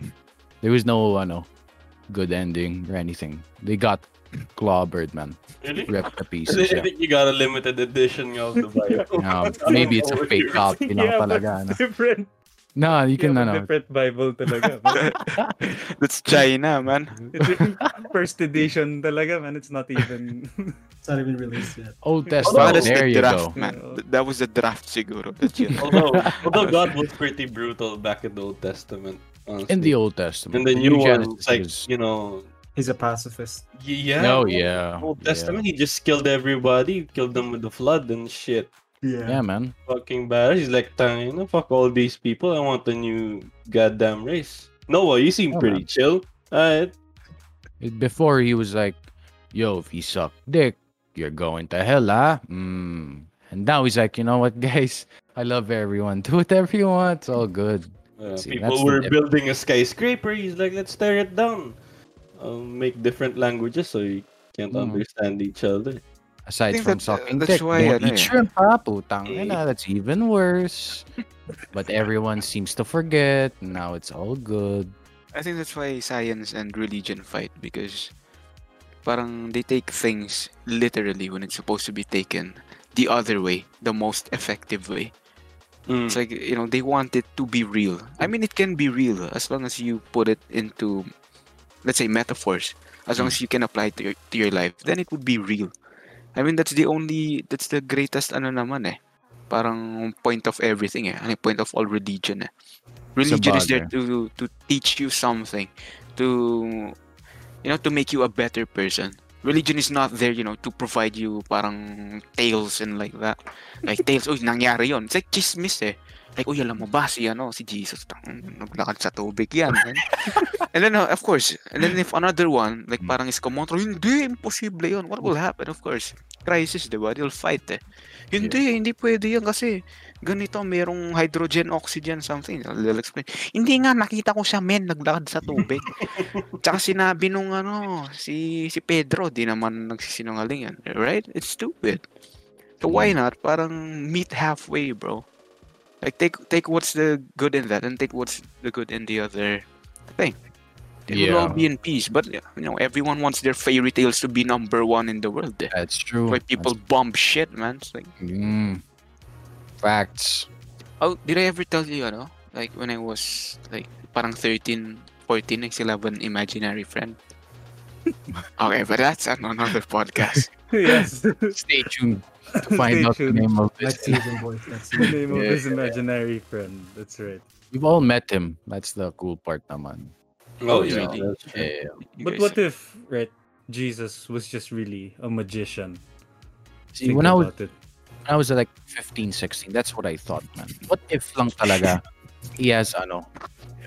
S5: There was no, uh, no, good ending or anything. They got clobbered, man,
S4: Really?
S5: ripped to pieces.
S4: I
S5: Yeah.
S4: think you got a limited edition of the Bible.
S5: No, maybe it's a fake copy lang
S2: Yeah, but
S5: talaga. Ano.
S2: different.
S5: No, you
S2: You
S5: can,
S2: have a
S5: ano,
S2: different Bible talaga. man.
S3: That's China, man.
S2: It's different First edition talaga, man. It's not even...
S6: It's not even released yet.
S4: Oh,
S5: Old
S3: that
S5: Testament.
S3: is
S5: there
S3: the
S5: you
S3: draft,
S5: go.
S3: man. Th- That was the draft, siguro. That you
S4: although, although God was pretty brutal back in the Old Testament. Honestly.
S5: In the Old Testament.
S4: and the new one,
S5: Genesis
S4: it's like
S5: is-
S4: you know,
S6: He's a pacifist.
S4: y- yeah.
S5: No,
S4: Old-
S5: yeah,
S4: Old
S5: yeah.
S4: Testament, he just killed everybody, killed them with the flood and shit.
S5: yeah, man.
S4: Fucking badass. He's like, "Tang, you know, fuck all these people. I want the new goddamn race. Noah, you seem
S5: Yeah,
S4: pretty
S5: Oh, man.
S4: chill. Alright.
S5: It- Before he was like, "Yo, if you suck dick, you're going to hell, ah." Mm. And now he's like, "You know what, guys? I love everyone. Do whatever you want. It's all good."
S4: Uh,
S5: See, that's
S4: people
S5: the
S4: were
S5: diff-
S4: building a skyscraper. He's like, let's tear it down. I'll make different languages so you can't
S5: Mhm.
S4: understand each other.
S5: Aside
S3: think
S5: from
S3: that-
S5: sucking
S3: that's
S5: dick,
S3: why,
S5: don't
S3: ano eh.
S5: eat shrimp, ah, putang ina, That's even worse. but everyone seems to forget. Now it's all good.
S3: I think that's why science and religion fight because parang they take things literally when it's supposed to be taken the other way, the most effective way.
S4: Mm.
S3: It's like, you know, they want it to be real. I mean, it can be real as long as you put it into, let's say, metaphors. As long as you can apply it to your, to your life, then it would be real. I mean, that's the only, that's the greatest, ano naman eh. Parang point of everything eh. Ano, point of all religion eh. Religion is there to, to teach you something. To, you know, to make you a better person. Religion is not there, you know, to provide you parang tales and like that. Like tales, uy, nangyari yon. It's like chismis eh. Like, uy, alam mo ba si, ano, si Jesus, tang, naglakad sa tubig yan. man." and then, uh, of course, and then if another one, like parang is kumontra, hindi, imposible yon. What will happen, of course? Crisis, di ba? They'll fight eh. Hindi, hindi pwede yan kasi ganito, merong hydrogen, oxygen, something. They'll explain. Hindi nga, nakita ko siya, men, naglakad sa tubig. Tsaka sinabi nung ano, si, si Pedro, di naman nagsisinungaling yan. Right? It's stupid. So why not? Parang meet halfway, bro. Like take take what's the good in that and take what's the good in the other thing. It will all
S5: Yeah.
S3: be in peace. But you know, everyone wants their fairy tales to be number one in the world. That's
S5: That's true.
S3: why people bomb shit, man. It's like,
S5: That's- Mm. Facts.
S3: oh, did I ever tell you, ano? Like when I was like parang 13, 14, I still have an imaginary friend. okay, but that's an- another podcast.
S2: yes.
S5: Stay tuned to
S2: Stay
S5: find out
S2: tuned.
S5: the name of this.
S6: Next season, boys. Next
S2: The
S6: season.
S2: name of
S5: Yeah.
S2: his imaginary friend. That's right.
S5: We've all met him. That's the cool part, naman.
S4: Oh,
S3: yeah.
S4: yeah.
S5: Yeah.
S3: You
S2: But
S3: guys-
S2: what if, right, Jesus was just really a magician?
S5: See, when I was
S2: about it.
S5: when I was like 15, 16, that's what I thought, man. What if lang talaga he has, ano,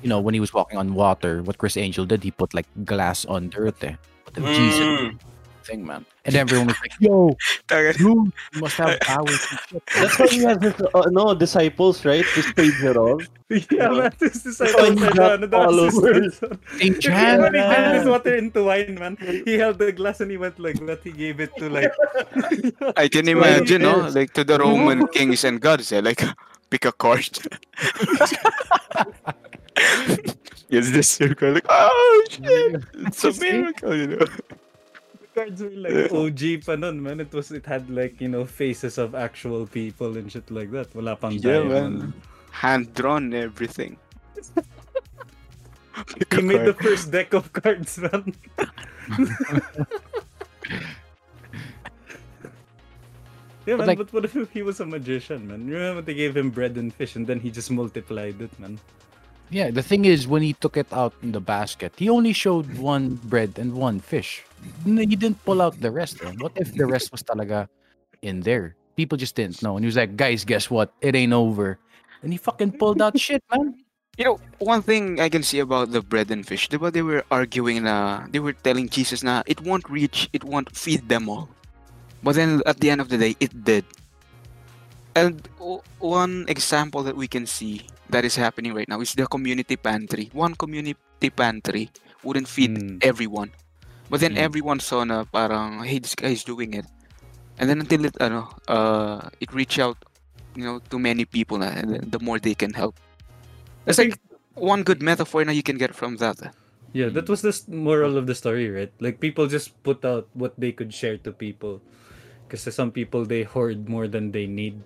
S5: you know, when he was walking on water, what Chris Angel did, he put like glass on the earth eh. What if Jesus thing, man. And everyone was like, "Yo,
S3: Tagal.
S5: you must have powers." and shit."
S4: That's why he has his, uh, no disciples, right? His page at all.
S2: Yeah, man, this
S4: Oh,
S2: disciples
S4: he's
S2: are
S4: got
S2: done. Followers.
S4: followers.
S5: They
S2: He already turned his
S5: jammed.
S2: water into wine, man. He held the glass and he went like that. He gave it to like
S3: I can
S4: why he
S3: imagine, no?
S4: is.
S3: Like to the Roman kings and gods, eh? like pick a card. It's this circle, like oh shit, it's a miracle, you know.
S2: cards were like OG pa nun, man. It was it had like you know faces of actual people and shit like that. Wala pang
S3: Yeah,
S2: diamond.
S3: man. Hand drawn everything. Pick
S2: He
S3: a
S2: made the
S3: card.
S2: first deck of cards, man. yeah, man.
S5: But, like-
S2: but what if he was a magician, man? Remember they gave him bread and fish, and then he just multiplied it, man.
S5: Yeah, the thing is, when he took it out in the basket, he only showed one bread and one fish. No, He didn't pull out the rest. eh? What if the rest was talaga in there? People just didn't know. And he was like, guys, guess what? It ain't over. And he fucking pulled out shit, man.
S3: You know, one thing I can see about the bread and fish, diba they were arguing na, they were telling Jesus na, it won't reach, it won't feed them all. But then at the end of the day, it did. And o- one example that we can see that is happening right now is the community pantry. One community pantry wouldn't feed
S2: Mm.
S3: everyone. But then
S2: Mm.
S3: everyone saw na parang, hey, this guy is doing it. And then until it, ano, uh, it reached out, you know, to many people na, and then the more they can help. That's like one good metaphor na you can get from that.
S2: Yeah,
S5: Hmm.
S2: that was the s- moral of the story, right? Like people just put out what they could share to people, because some people they hoard more than they need.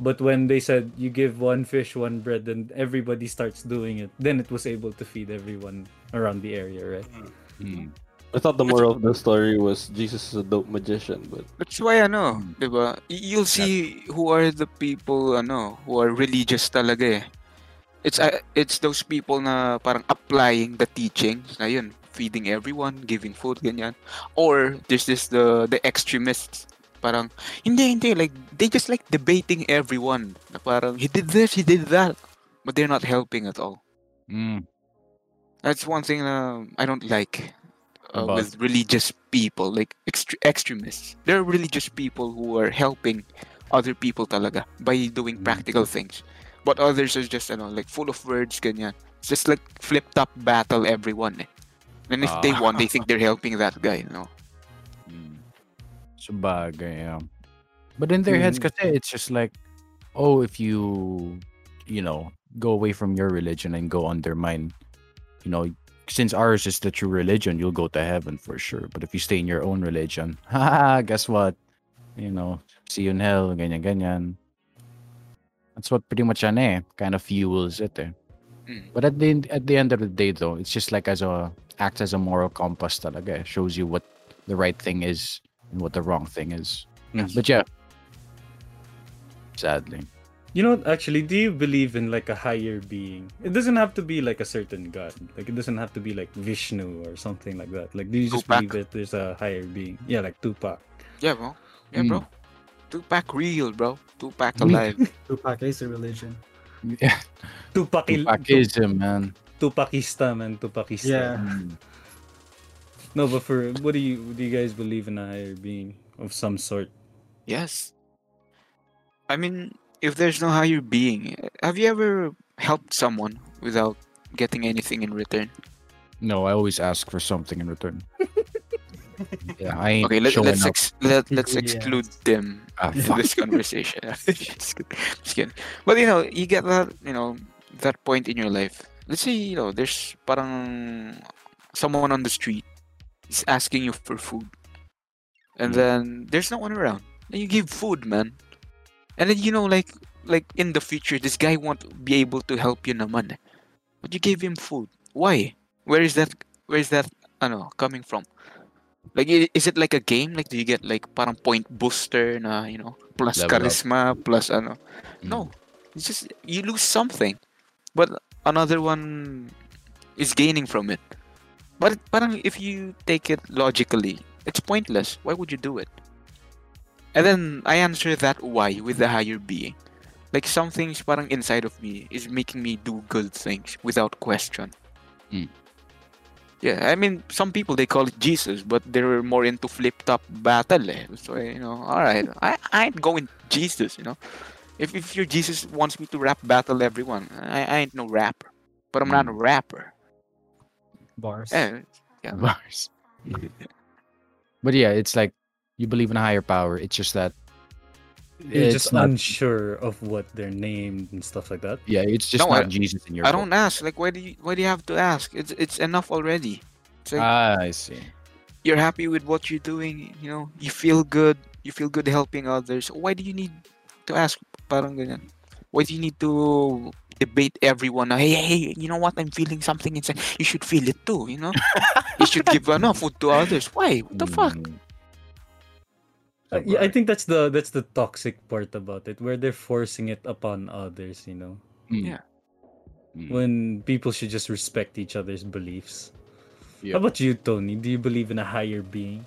S2: But when they said you give one fish one bread and everybody starts doing it, then it was able to feed everyone around the area, right?
S4: I thought the moral of the story was Jesus is a dope magician, but
S3: That's why ano, 'di ba? Y- You'll see who are the people ano, who are religious talaga eh. It's uh, it's those people na parang applying the teachings na yun, feeding everyone, giving food ganyan. Or there's this the the extremists parang hindi hindi like they just like debating everyone na parang he did this, he did that, but they're not helping at all.
S5: Mm.
S3: That's one thing uh, I don't like uh,
S5: About-
S3: with religious people, like extre- extremists. There are religious people who are helping other people talaga by doing
S5: Mm.
S3: practical things. But others are just, you know, like full of words, ganyan. It's just like flip-top battle everyone. Eh. And if they
S5: Ah.
S3: won, they think they're helping that guy, you know.
S5: Mm. Sabagay, yeah. But in their heads,
S2: Mm.
S5: kasi it's just like, oh, if you, you know, go away from your religion and go under mine, you know, since ours is the true religion, you'll go to heaven for sure. But if you stay in your own religion, haha, guess what? You know, see you in hell, ganyan, ganyan. That's what pretty much ano eh, kind of fuels it eh.
S3: Mm.
S5: But at the end- at the end of the day though, it's just like as a acts as a moral compass talaga. eh. Shows you what the right thing is and what the wrong thing is. But yeah. Sadly.
S2: You know, actually, do you believe in like a higher being? It doesn't have to be like a certain god. Like it doesn't have to be like Vishnu or something like that. Like, do you just
S3: Tupac.
S2: believe that there's a higher being? Yeah, like Tupac.
S3: Yeah, bro. Yeah,
S5: Mm.
S3: bro. Tupac real, bro. Tupac
S5: Mm.
S3: alive.
S6: Tupac is a religion.
S5: Yeah.
S2: Tupac,
S5: Pakism, man.
S2: Tupakista, man. Tupakista.
S6: Yeah.
S5: Mm.
S2: No, but for what do you do? You guys believe in a higher being of some sort?
S3: Yes. I mean, if there's no higher being, have you ever helped someone without getting anything in return?
S5: No, I always ask for something in return. yeah, I ain't
S3: Okay, let,
S5: showing
S3: let's
S5: up.
S3: ex- let, let's
S6: Yeah.
S3: exclude them
S5: Ah,
S3: in
S5: fuck.
S3: this conversation. just, kid- just kidding. But you know, you get that you know that point in your life. Let's say you know there's parang someone on the street is asking you for food, and then there's no one around, and you give food, man, and then you know like like in the future this guy won't be able to help you naman, eh. but you gave him food. Why? Where is that? Where is that? I know coming from. Like, i- is it like a game? Like, do you get like parang point booster na, you know, plus
S5: Level up.
S3: charisma, plus ano?
S5: Mm.
S3: No, it's just you lose something, but another one is gaining from it. But it- parang if you take it logically, it's pointless. Why would you do it? And then I answer that why with the higher being. Like some things parang inside of me is making me do good things without question.
S5: Mm.
S3: Yeah, I mean, some people they call it Jesus, but they were more into flip top battle. Eh. So you know, all right, I I ain't going Jesus. You know, if if your Jesus wants me to rap battle everyone, I, I ain't no rapper. But I'm not a rapper.
S6: Bars.
S3: Eh, yeah.
S5: Bars. But yeah, it's like you believe in a higher power. It's just that
S2: You're
S5: It's
S2: just
S5: not-
S2: unsure of what they're named and stuff like that.
S5: yeah, it's just
S3: No, I-
S5: not Jesus in
S3: I
S5: your. book.
S3: don't ask. Like, why do you why do you have to ask? It's it's enough already. It's like
S4: Uh,
S5: Ah, I see.
S3: you're happy with what you're doing. You know, you feel good. You feel good helping others. Why do you need to ask? Parang ganyan. Why do you need to debate everyone? na, Hey, hey, you know what? I'm feeling something inside. You should feel it too. You know, you should give enough food to others. Why? What the fuck?
S5: Mm.
S2: I, yeah, I think that's the that's the toxic part about it, where they're forcing it upon others. You know,
S5: Mm.
S3: Yeah. Hmm.
S5: Mm.
S2: when people should just respect each other's beliefs.
S5: Yeah.
S2: How about you, Tony? Do you believe in a higher being?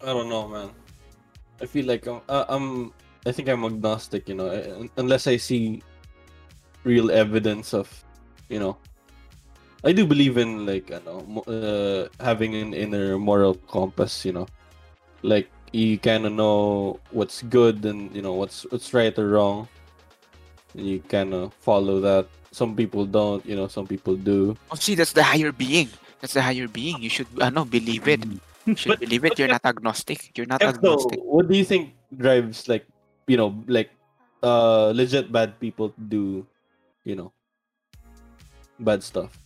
S4: I don't know, man. I feel like I'm. Uh, I'm I think I'm agnostic, you know, un- unless I see real evidence of, you know, I do believe in like you know mo- uh, having an inner moral compass, you know, like you kind of know what's good and you know what's what's right or wrong, and you kind of follow that. Some people don't, you know, some people do.
S3: Oh, see, that's the higher being. That's the higher being. You should, uh, no, believe it. You should
S4: But-
S3: believe it.
S4: but
S3: You're not agnostic. You're not
S4: Epso,
S3: agnostic.
S4: what do you think drives like you know like uh legit bad people to do you know bad stuff?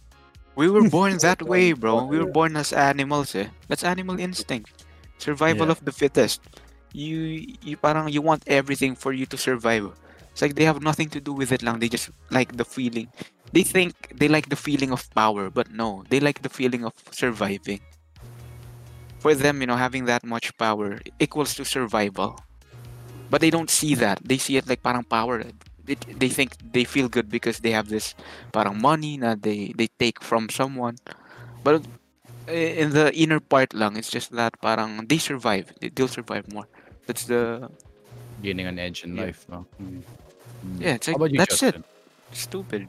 S3: We were born that way, bro. We were
S4: Yeah.
S3: born as animals, eh. That's animal instinct. Survival
S2: Yeah.
S3: of the fittest. You you parang you want everything for you to survive. It's like they have nothing to do with it lang. They just like the feeling. They think they like the feeling of power, but no, they like the feeling of surviving. For them, you know, having that much power equals to survival. But they don't see that. They see it like parang power. They, they think they feel good because they have this parang money na they they take from someone. But i- in the inner part lang, it's just that parang they survive. They, they'll survive more. That's the
S5: Gaining an edge in
S3: Yeah.
S5: life, no? Mm.
S3: yeah. It's
S5: How
S3: like
S5: about you,
S3: that's
S5: Justin?
S3: it. Stupid.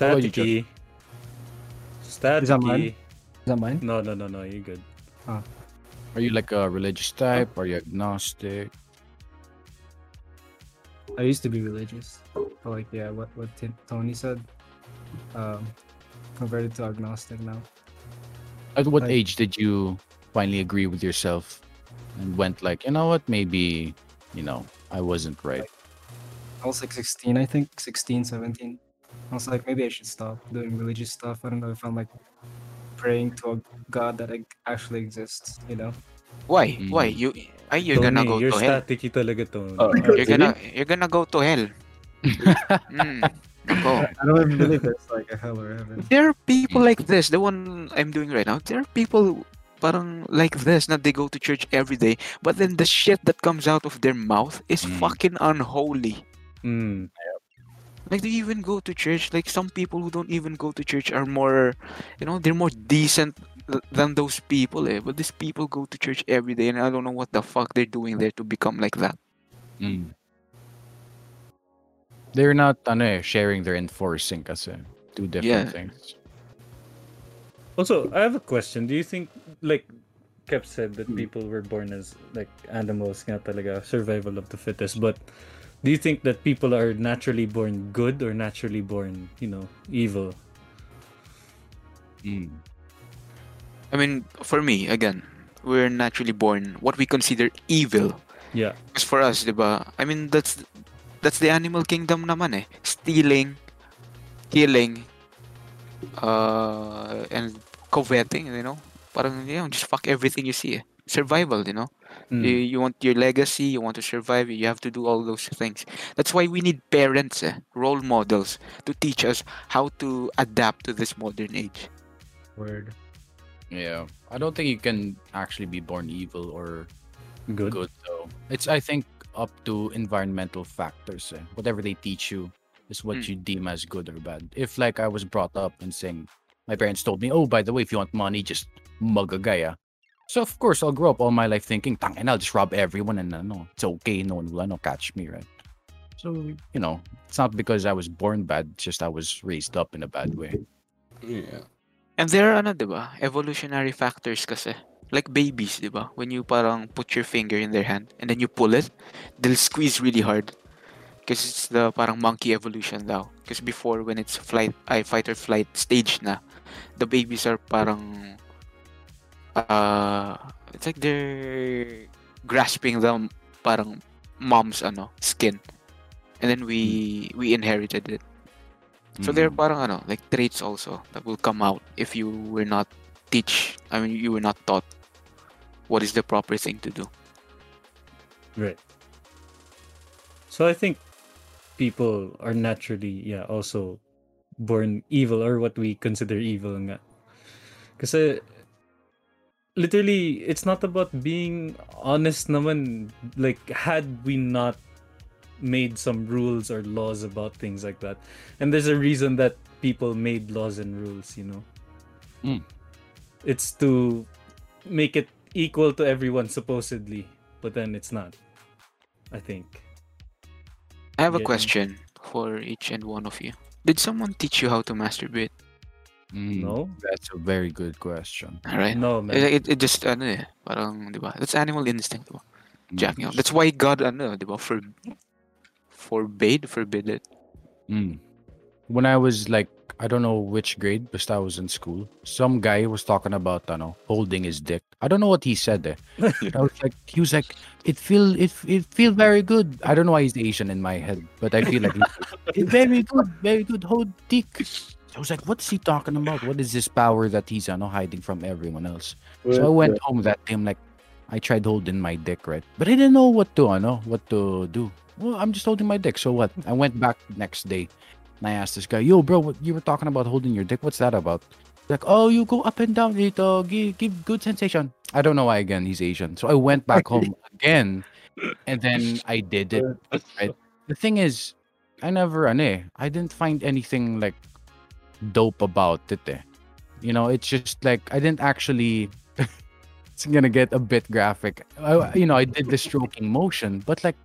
S5: about you,
S2: Staticky.
S6: Is that
S2: Staticky.
S6: mine? Is that mine?
S2: No, no, no, no. You're good.
S5: Are you like a
S3: Oh.
S5: religious type? Are you agnostic?
S6: I used to be religious. But like yeah, what what T- Tony said. Um, converted to agnostic now.
S5: At what
S6: I-
S5: age did you finally agree with yourself and went like, you know what, maybe, you know, I wasn't right.
S6: I was like 16, I think 16, 17. I was like, maybe I should stop doing religious stuff. I don't know if I'm like praying to a god that like, actually exists, you know?
S3: Why?
S5: Mm.
S3: Why you? Ay, you're
S2: Tony,
S3: gonna go
S2: you're
S3: to hell.
S2: staticky talaga, Tony.
S4: Oh,
S3: You're gonna you're gonna go to hell. mm. Nako.
S6: I don't even believe it's like a hell or heaven.
S3: There are people like this. The one I'm doing right now. There are people parang like this. Not they go to church every day, but then the shit that comes out of their mouth is
S5: Mm.
S3: fucking unholy.
S2: Mm.
S3: Like, do you even go to church? Like, some people who don't even go to church are more, you know, they're more decent th- than those people, eh? But these people go to church every day, and I don't know what the fuck they're doing there to become like that.
S5: Mm. They're not ano, eh, sharing, they're enforcing kasi. Two
S3: Yeah.
S5: different things.
S2: Also, I have a question. Do you think, like, Kep said that people were born as like animals, nga talaga, survival of the fittest. But do you think that people are naturally born good or naturally born, you know, evil?
S5: Mm.
S3: I mean, for me, again, we're naturally born what we consider evil.
S2: Yeah.
S3: Because for us, diba? I mean, that's that's the animal kingdom naman eh. Stealing, killing, uh, and coveting, you know? Parang, you know, just fuck everything you see eh. Survival, you know? You,
S2: Mm.
S3: you want your legacy, you want to survive, you have to do all those things. That's why we need parents, eh, role models, to teach us how to adapt to this modern age.
S6: Word.
S5: Yeah. I don't think you can actually be born evil or
S2: Good.
S5: good though. It's I think up to environmental factors. eh. Whatever they teach you is
S3: Mm.
S5: what you deem as good or bad. If like I was brought up and saying my parents told me, "Oh, by the way, if you want money, just mug a guy." ah." So of course I'll grow up all my life thinking, "Tang, and I'll just rob everyone and no, it's okay, no one will ano, catch me, right?" So you know, it's not because I was born bad; it's just I was raised up in a bad way.
S4: Yeah.
S3: And there are ano, 'di ba? Evolutionary factors kasi. Like babies, 'di ba? When you parang put your finger in their hand and then you pull it, they'll squeeze really hard. Because it's the parang monkey evolution daw. Because before when it's flight, ay, fight or flight stage na, the babies are parang uh it's like they're grasping the m- parang mom's ano, skin. And then we we inherited it. So there are
S2: Mm-hmm.
S3: parang ano, like traits also that will come out if you were not teach. I mean, you were not taught what is the proper thing to do.
S2: Right. So I think people are naturally, yeah, also born evil or what we consider evil nga. Kasi literally it's not about being honest naman like had we not made some rules or laws about things like that. And there's a reason that people made laws and rules, you know.
S5: Mm.
S2: It's to make it equal to everyone supposedly, but then it's not. I think.
S3: I have a
S2: Yeah.
S3: question for each and one of you. Did someone teach you how to masturbate?
S5: Mm,
S2: No?
S5: That's a very good question.
S3: All right.
S2: No, man.
S3: It, it, it just ano eh, parang 'di ba? That's animal instinct, 'di ba?
S2: Mm.
S3: Jacking off. That's why God ano, 'di ba? For forbade, forbid it.
S5: Mm. When I was like, I don't know which grade, but I was in school. Some guy was talking about, I know, holding his dick. I don't know what he said there. But I was like, he was like, it feel, it, it feel very good. I don't know why he's Asian in my head, but I feel like it's very good, very good, hold dick. I was like, what's he talking about? What is this power that he's, I know, hiding from everyone else? So I went home that day. I'm like, I tried holding my dick, right? But I didn't know what to, I know, what to do. Well, I'm just holding my dick. So what? I went back next day and I asked this guy, yo, bro, what, you were talking about holding your dick. What's that about? He's like, oh, you go up and down. It uh, give, give good sensation. I don't know why, again, he's Asian. So I went back home again and then I did it. Right? The thing is, I never, ane, I didn't find anything like dope about it. Eh. You know, it's just like, I didn't actually it's gonna get a bit graphic. I, you know, I did the stroking motion, but like,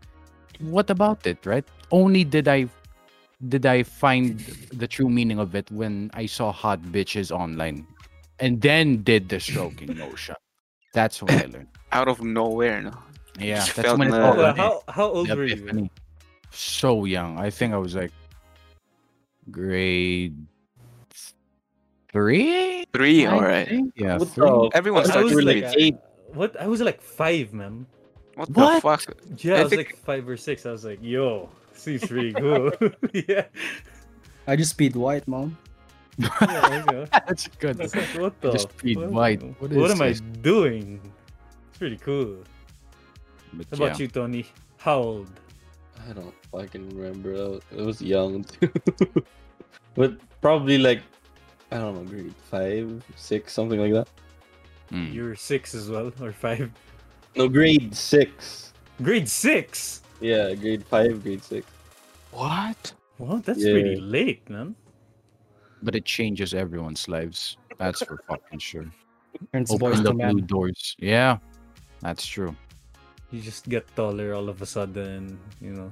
S5: what about it, right? Only did I did I find the true meaning of it when I saw hot bitches online, and then did the stroking motion. That's what I learned.
S3: Out of nowhere, no.
S5: Yeah,
S3: Just
S5: that's
S3: felt
S5: when it
S3: the-
S5: all
S2: Well,
S5: went
S2: how how
S5: in.
S2: old
S5: The
S2: were you?
S5: epiphany. So young. I think I was like grade three.
S3: Three,
S5: I
S3: all right.
S5: think. Yeah,
S4: What
S5: three.
S4: the
S3: Everyone
S4: fuck?
S2: I was
S3: starts with
S2: like,
S3: grade
S2: uh, what? I was like five, man.
S3: What, the
S5: What?
S3: fuck?
S2: Yeah, I,
S3: I
S2: was
S3: think-
S2: like five or six. I was like, yo, seems pretty cool. yeah.
S6: I just beat white, mom.
S2: yeah I know.
S5: That's good.
S2: I was like, what the?
S5: Just feed
S2: fuck?
S5: white.
S2: What,
S5: What
S2: am
S5: is
S2: I
S5: this?
S2: doing? It's pretty cool.
S5: But
S2: How about
S5: yeah.
S2: you, Tony? How old?
S4: I don't fucking remember. I was- I was young too. but probably like I don't know, grade five, six, something like that.
S5: Mm.
S2: You were six as well, or five?
S4: No, grade six.
S2: Grade six.
S4: Yeah, grade five, grade six.
S3: What?
S2: Well, that's pretty
S4: Yeah.
S2: late, man.
S5: but it changes everyone's lives. That's for fucking sure.
S6: Turns boys
S5: Open
S6: to
S5: up new
S6: men.
S5: doors. Yeah, that's true.
S2: You just get taller all of a sudden, you know.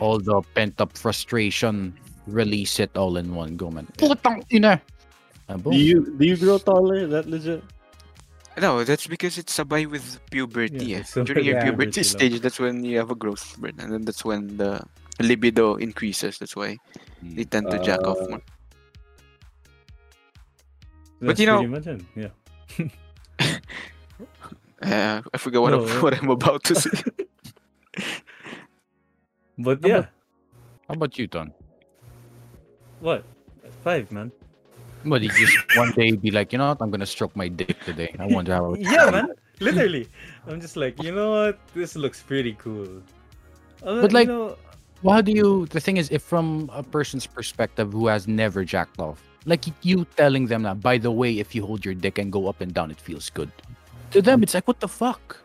S5: All the pent up frustration, release it all in one go, man. Putang ina. Ah, boom.
S4: Do you do you grow taller? Is that legit?
S3: No, that's because it's sabay with puberty.
S2: Yeah,
S3: eh.
S2: it's sabay
S3: During your
S6: with
S3: puberty
S2: puberty lang.
S3: stage, that's when you have a growth spurt, and then that's when the libido increases. That's why they tend to jack off
S4: Uh,
S3: more.
S2: That's
S3: But you know-
S2: pretty much it, yeah.
S3: Uh, I forgot what, I'm,
S2: no.
S3: what I'm about to say.
S2: But
S5: Number-
S2: yeah,
S5: How about you, Don?
S2: what? Five, man.
S5: What you just one day be like, you know what? I'm gonna stroke my dick today. I wonder how. It
S2: yeah, man. Literally, I'm just like, you know what? This looks pretty cool. Uh,
S5: But
S2: you
S5: like-
S2: know,
S5: Well, how do you? The thing is, if from a person's perspective who has never jacked off, like you telling them that, by the way, if you hold your dick and go up and down, it feels good. To them, it's like, what the fuck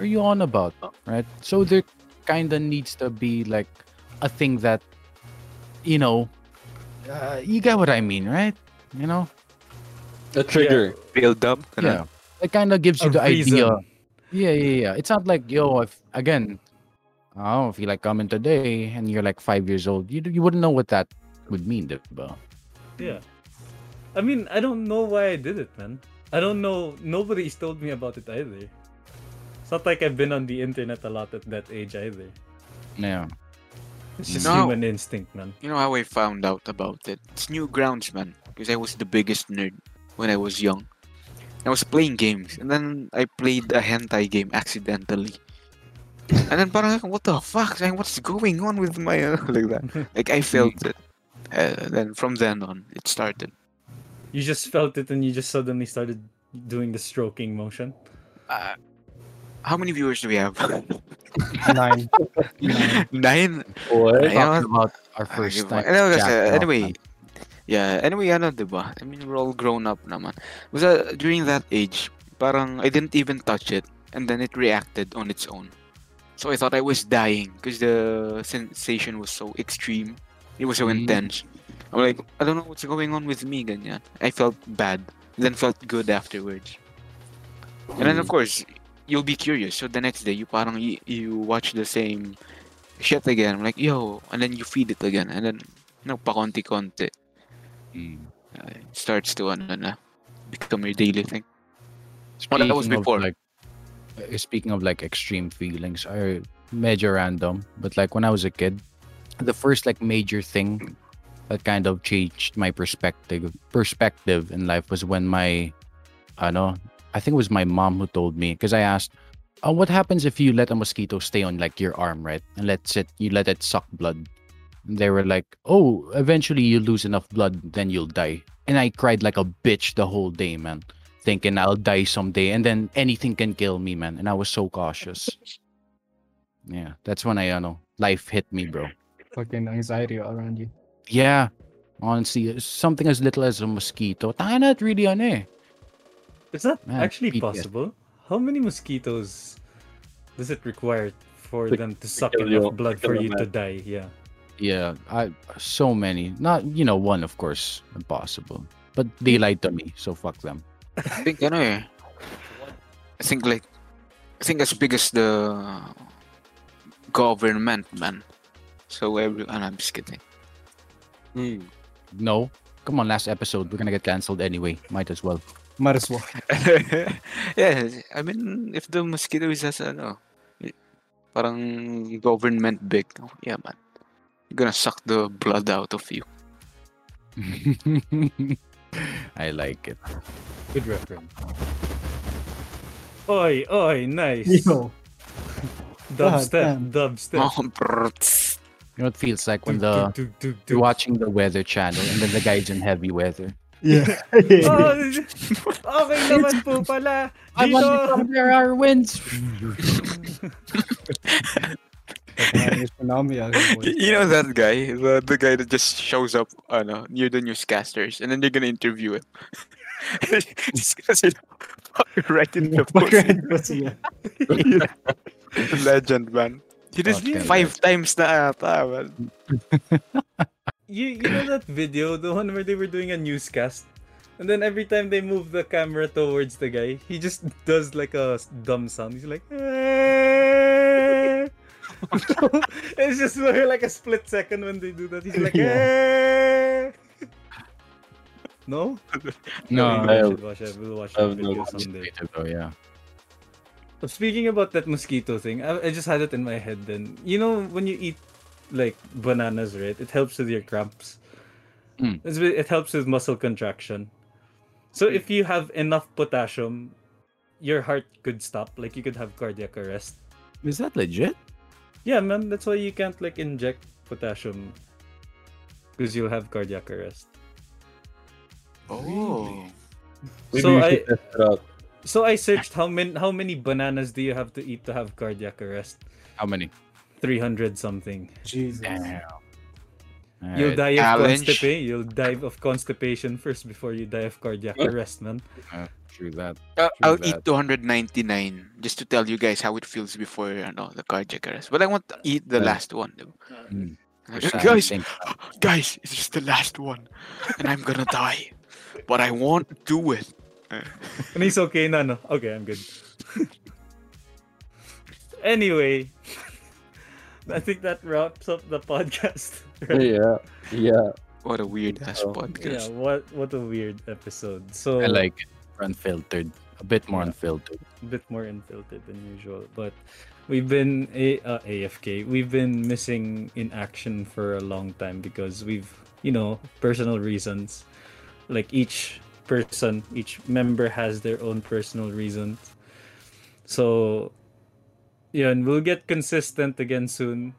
S5: are you on about, right? So there kind of needs to be like a thing that, you know, uh, you get what I mean, right? You know,
S4: A trigger.
S3: Build up. ganun.
S5: yeah, it kind of gives
S2: A
S5: you the
S2: reason.
S5: idea. Yeah, yeah, yeah. It's not like yo, if again, I don't feel like coming today, and you're like five years old. You you wouldn't know what that would mean, diba?
S2: yeah. I mean, I don't know why I did it, man. I don't know. Nobody's told me about it either. It's not like I've been on the internet a lot at that age either.
S5: Yeah.
S2: It's just
S3: No.
S2: human instinct, man.
S3: You know how I found out about it? It's new grounds, man. Because I was the biggest nerd when I was young. I was playing games, and then I played a hentai game accidentally. And then parang, ako, what the fuck? Like, what's going on with my... like that. Like, I felt it. Uh, then from then on, it started.
S2: You just felt it and you just suddenly started doing the stroking motion.
S3: Uh, how many viewers do we have?
S6: Nine.
S3: Nine?
S4: What?
S3: Ayun.
S5: Talked about our
S3: Ah,
S5: first
S3: yun
S5: time.
S3: ba? Ano kasi,
S5: jacked off
S3: anyway,
S5: and-
S3: yeah, anyway, ano, diba? I mean, we're all grown up naman. Was uh, during that age, parang I didn't even touch it, and then it reacted on its own. So I thought I was dying because the sensation was so extreme. It was so
S5: Mm.
S3: intense. I'm like, I don't know what's going on with me, ganyan. I felt bad, then felt good afterwards. And then, of
S5: Mm.
S3: course, you'll be curious. So the next day, you parang you, you watch the same shit again. I'm like, yo, and then you feed it again, and then no, pakonti-konti.
S5: Mm.
S3: Uh, it starts to ano na, become your daily thing. Well, that was
S5: Speaking of,
S3: before.
S5: Like, uh, speaking of like extreme feelings, are major random, but like when I was a kid, the first like major thing that kind of changed my perspective perspective in life was when my, I know, I think it was my mom who told me because I asked, oh, what happens if you let a mosquito stay on like your arm, right, and lets it you let it suck blood? And they were like, oh, eventually you lose enough blood, then you'll die. And I cried like a bitch the whole day, man thinking I'll die someday and then anything can kill me, man. And I was so cautious. yeah, that's when I, you know, life hit me, bro.
S6: Fucking anxiety all around you.
S5: Yeah, honestly, something as little as a mosquito. Tanga na, it really ano eh.
S2: Is that
S5: Man,
S2: actually
S5: PTSD.
S2: possible? How many mosquitoes does it require for
S4: To-
S2: them to suck
S4: kill you-
S2: enough blood
S4: to
S2: for
S4: kill
S2: you
S4: a
S2: to
S4: man.
S2: die? Yeah.
S5: Yeah, I so many. Not, you know, one, of course, impossible. But they lied to me, so fuck them.
S3: I think ano eh. I think like I think as big as the government man. So every ano, I'm just kidding.
S4: Hmm.
S5: No. Come on, last episode. We're gonna get cancelled anyway. Might as well.
S6: Might as well.
S3: yeah, I mean if the mosquito is as ano parang government big. oh, yeah man. You're gonna suck the blood out of you.
S5: I like it.
S2: Good reference. Oi, oi, nice. dubstep,
S6: God
S2: dubstep.
S3: Oh, brr, tss.
S5: You know, it feels like when
S2: Dug,
S5: Ah, the
S2: dug, dug, dug,
S5: You're
S2: dug.
S5: watching the weather channel, and then the guy's in heavy weather.
S6: Yeah.
S2: Oh, okay naman po pala. Dito.
S5: there are winds.
S6: Fucking tsunami out here, boy.
S3: Y- You know that guy, the, the guy that just shows up ano, near the newscasters, and then you're gonna interview him. just gonna say, "Fuck, right in the
S6: Fuck
S3: pussy."
S6: right, pussy, yeah.
S3: Legend, man. He does
S5: Fucking
S3: five times na ata, man.
S2: You, you know that video, the one where they were doing a newscast? And then every time they move the camera towards the guy, he just does like a s- dumb sound. He's like, "Eh." it's just for like a split second when they do that. He's like, "Eh." no?
S5: No,
S2: Maybe we
S4: I-
S2: should watch it. We'll watch
S4: I
S2: that
S4: have no
S2: video
S4: idea.
S2: someday.
S5: oh yeah.
S2: But Speaking about that mosquito thing, I, I just had it in my head then. You know, when you eat like bananas, right? It helps with your cramps.
S5: Mm.
S2: It's, with- it helps with muscle contraction. So if you have enough potassium, your heart could stop. Like you could have cardiac arrest.
S5: Is that legit?
S2: Yeah, man. That's why you can't like inject potassium because you'll have cardiac arrest.
S3: Oh.
S4: Maybe
S2: so
S4: we
S2: I
S4: should test it out.
S2: so I searched how many how many bananas do you have to eat to have cardiac arrest?
S5: How many?
S2: Three hundred something.
S6: Jesus.
S2: You'll die of
S3: Challenge.
S2: constipation. You'll die of constipation first before you die of cardiac arrest, man.
S5: True uh, that.
S3: I'll, Uh,
S5: True
S3: I'll eat
S5: that.
S3: 299 just to tell you guys how it feels before ano, the cardiac arrest. But I want to eat the
S5: Yeah.
S3: last one. di ba?
S5: Mm.
S3: Guys, guys, it's just the last one, and I'm gonna die, but I won't do it.
S2: And he's okay na, no? Okay, I'm good. anyway, I think that wraps up the podcast.
S4: Yeah, yeah.
S3: What a weird ass
S4: Oh,
S2: Yeah,
S3: podcast.
S2: what what a weird episode. So
S5: I like it. Unfiltered. A bit more unfiltered.
S2: a bit more unfiltered than usual, but we've been a uh, AFK. We've been missing in action for a long time because we've, you know, personal reasons. Like each person, each member has their own personal reasons. So yeah, and we'll get consistent again soon.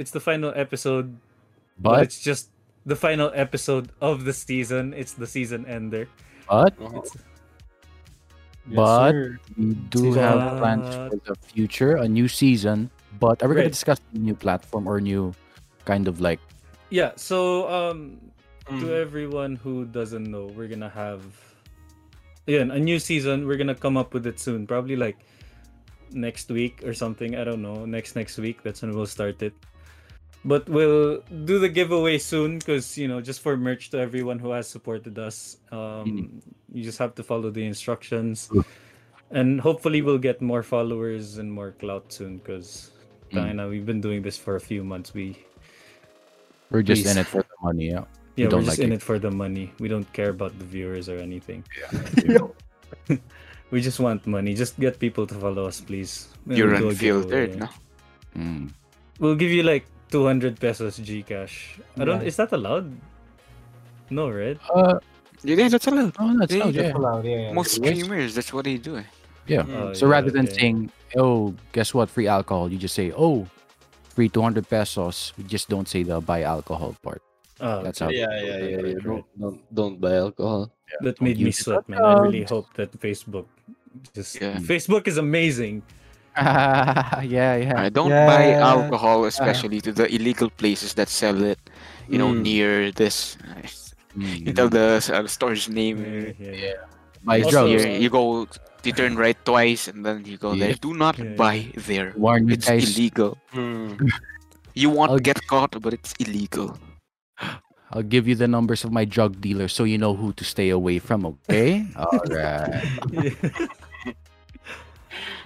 S2: It's the final episode, but
S5: But
S2: it's just the final episode of the season. It's the season ender.
S5: but
S4: Uh-huh.
S5: But- we do have
S2: But-
S5: plans for the future, a new season. But are we
S2: Right.
S5: gonna discuss a new platform or new kind of like
S2: Yeah, so um to
S4: Mm.
S2: everyone who doesn't know, we're gonna have again a new season. We're gonna come up with it soon, probably like next week or something. I don't know. Next next week, that's when we'll start it. But we'll do the giveaway soon because you know just for merch to everyone who has supported us. Um, you just have to follow the instructions, and hopefully we'll get more followers and more clout soon because.
S5: Mm.
S2: we've been doing this for a few months. We
S5: we're just
S2: Please.
S5: in it for the money, yeah?
S2: yeah,
S5: don't
S2: we're just
S5: like
S2: in it
S5: it.
S2: for the money. We don't care about the viewers or anything.
S5: Yeah.
S2: We just want money. Just get people to follow us, please. And
S3: You're
S2: we'll do a
S3: unfiltered,
S2: giveaway.
S3: no?
S5: Mm.
S2: We'll give you like 200 pesos Gcash. I don't.
S6: Right.
S2: Is that allowed? No, right?
S5: Uh,
S3: Yeah, that's allowed.
S5: no, that's
S3: Yeah,
S5: not,
S3: that's
S5: yeah.
S6: Allowed, yeah, yeah.
S3: Most
S5: Yes.
S3: streamers, that's what they do. eh.
S2: Oh,
S5: So
S2: yeah,
S5: rather than
S2: okay.
S5: saying, "Oh, guess what? Free alcohol," you just say, "Oh, free 200 pesos." You just don't say the buy alcohol part.
S2: Oh,
S5: That's
S2: okay.
S4: Yeah,
S5: how.
S4: yeah, yeah, yeah.
S2: Right,
S4: Don't,
S2: right.
S4: don't, don't buy alcohol.
S2: That
S5: Don't
S2: made me
S5: use it.
S2: sweat, man. I really hope that Facebook just
S3: Yeah.
S2: Facebook is amazing.
S5: yeah, yeah.
S3: I don't buy
S6: Yeah.
S3: alcohol, especially to the illegal places that sell it. You know,
S4: Mm.
S3: near this.
S2: Hmm.
S3: You
S5: Mm.
S3: tell the uh, store's name.
S2: Yeah, yeah, yeah.
S5: buy
S3: It's
S2: Also-
S5: drugs.
S3: near- you go, you turn right twice, and then you go there.
S5: Yeah.
S3: Do not
S2: Yeah, Hmm. yeah.
S3: buy there.
S5: Warn you
S3: It's
S5: guys.
S3: illegal. You won't
S5: I'll-
S3: get caught, but it's illegal.
S5: I'll give you the numbers of my drug dealer so you know who to stay away from. Okay. All right.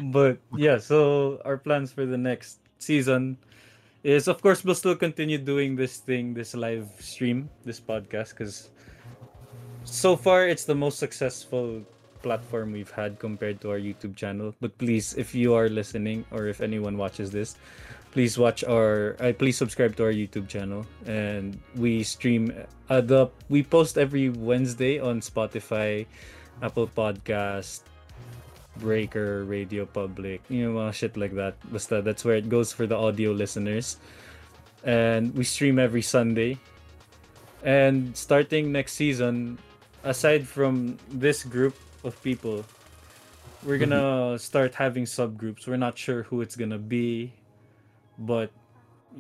S2: but yeah, so our plans for the next season is, of course, we'll still continue doing this thing, this live stream, this podcast, because so far it's the most successful platform we've had compared to our YouTube channel. But please, if you are listening or if anyone watches this, please watch our uh, please subscribe to our YouTube channel and we stream uh, the we post every Wednesday on Spotify, Apple Podcast, Breaker, Radio Public, you know, mga shit like that. Basta that's where it goes for the audio listeners. And we stream every Sunday. And starting next season, aside from this group of people, we're gonna start having subgroups. We're not sure who it's gonna be, but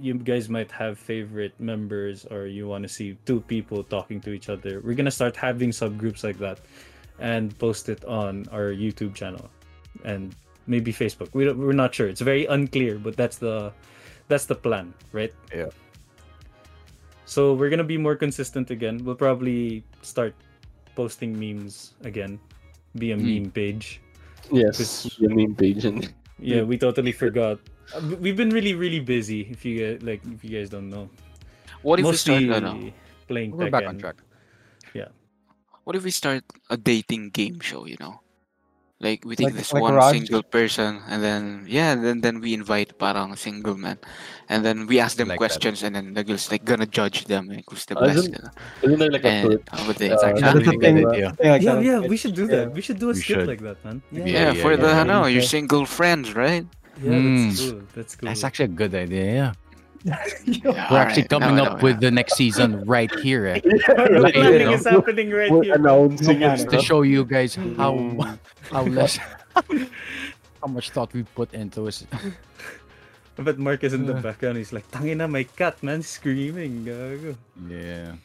S2: you guys might have favorite members or you want to see two people talking to each other. We're gonna start having subgroups like that and post it on our YouTube channel and maybe Facebook. We don't, we're not sure. It's very unclear, but that's the that's the plan, right?
S5: Yeah.
S2: So we're gonna be more consistent again. We'll probably start posting memes again, be a meme
S5: Mm.
S2: page.
S4: Yes,
S2: It's-
S4: the meme page. And...
S2: Yeah, we totally forgot. Uh, we- We've been really really busy. If you guys like, if you guys don't know,
S3: What if
S2: mostly
S3: we start? No, no.
S2: playing
S5: We're back on
S2: Tekken.
S5: track.
S3: What if we start a dating game show? You know, like we take
S6: Like-
S3: this
S6: like
S3: one
S6: Raj?
S3: single person, and then yeah, and then then we invite parang single man, and then we ask them
S5: Like that.
S3: questions, and then the girls like gonna judge them like who's the
S4: Ah,
S3: best.
S4: isn't-
S3: you know?
S4: Isn't there like a uh,
S3: And
S4: third?
S3: how would they?
S4: That's
S3: exactly.
S4: actually
S6: That's the
S5: Good
S6: thing,
S5: idea.
S6: something like
S2: yeah,
S6: that.
S2: yeah, we should do that.
S6: Yeah.
S2: We should do a
S5: We
S2: skit
S5: should.
S2: like that, man.
S5: Yeah,
S3: Yeah, for the
S5: yeah.
S3: no, your
S2: Yeah,
S3: single friends, right?
S5: Mm.
S2: that's cool. That's cool.
S5: That's actually a good idea. Yeah.
S3: Yeah,
S5: We're
S3: alright,
S5: actually
S3: no,
S5: coming
S3: no, no.
S5: up with the next season right here. eh,
S2: Our
S5: Like,
S2: planning
S5: you know,
S2: is happening right
S4: We're
S2: here.
S4: announcing it.
S6: No
S5: to
S6: matter.
S5: show you guys
S2: Hmm.
S5: how how less how much thought we put into it.
S2: But Mark is in the
S5: Uh.
S2: background. He's like, "Tangina, my cat, man, screaming." Gago.
S5: Yeah.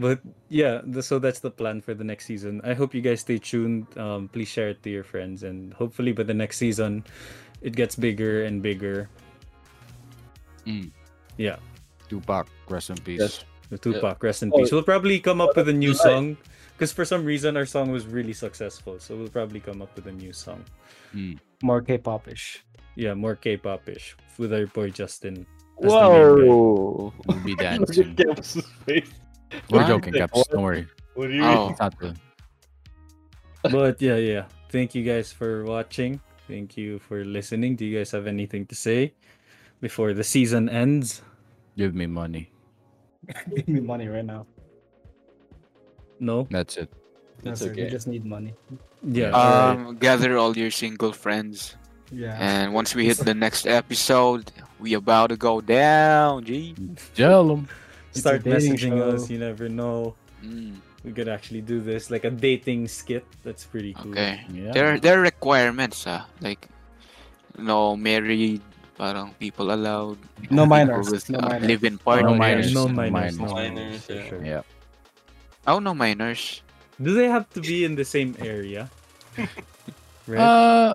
S2: But yeah, th- so that's the plan for the next season. I hope you guys stay tuned. Um, please share it to your friends, and hopefully by the next season, it gets bigger and bigger.
S5: Mm.
S2: Yeah,
S5: Tupac, rest in peace.
S4: Yes.
S2: the Tupac, rest in
S4: Oh.
S2: peace. We'll probably come up with a new
S4: July.
S2: song because for some reason our song was really successful, so we'll probably come up with a new song.
S6: More K-pop-ish.
S2: Yeah, more K-pop-ish with our boy Justin.
S5: That's the main guy.
S4: Whoa!
S5: We'll be
S4: Look
S5: dancing.
S4: at Campus's face.
S5: We're
S3: What?
S5: joking, Caps. Don't worry.
S4: What do you
S3: Oh.
S4: mean?
S5: It's not real.
S2: but yeah, yeah. Thank you guys for watching. Thank you for listening. Do you guys have anything to say before the season ends?
S5: Give me money.
S6: Give me money right now.
S2: No.
S5: That's it.
S6: No,
S4: It's
S6: sir,
S4: okay.
S6: We just need money.
S2: Yeah. alright.
S3: Um, gather all your single friends,
S6: Yeah.
S3: and once we hit the next episode, we about to go down. G.
S5: Tell them.
S6: It's a
S2: Start
S6: dating
S2: messaging us.
S6: show.
S2: You never know.
S3: Mm,
S2: We could actually do this like a dating skit. That's pretty cool.
S3: okay.
S5: Yeah.
S3: There, there are requirements, ah. Like, no married, parang people allowed.
S6: No
S3: people
S6: minors,
S3: With,
S6: no
S3: uh,
S6: minors.
S3: Live-in
S5: No
S3: partners.
S5: minors.
S2: No minors.
S5: No
S4: minors,
S2: for
S4: yeah.
S2: sure.
S5: Yeah.
S3: Oh, no minors.
S2: Do they have to be in the same area? right.
S5: Uh,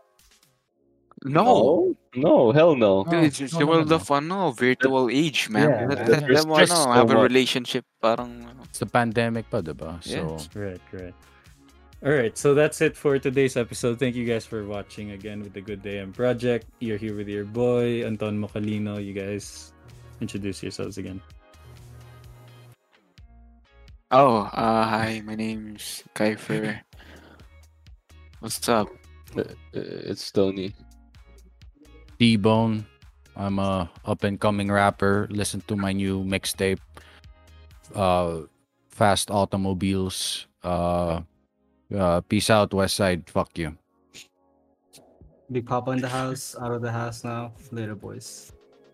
S3: No.
S4: No, hell no. Uh,
S5: No,
S3: Dude, it's just the
S5: no, no,
S3: world
S5: no,
S3: of ano, virtual age, man. Let-
S6: Yeah, that
S3: let them
S4: restricts
S3: ano,
S4: so
S3: have a
S4: much.
S3: relationship, parang ano.
S5: it's the pandemic pa, diba? So,
S3: Yeah.
S2: Right. Right. All right, so that's it for today's episode. Thank you guys for watching again with the Good Day M Project. You're here with your boy Anton Mocalino. You guys introduce yourselves again.
S3: Oh, uh, hi, my name's Kiefer. What's up?
S4: Uh, It's Tony.
S5: T-Bone. I'm a up-and-coming rapper. Listen to my new mixtape. Uh, Fast Automobiles. Uh, uh, peace out, West Side. Fuck you.
S6: Big Papa in the house, out of the house now. Later, boys.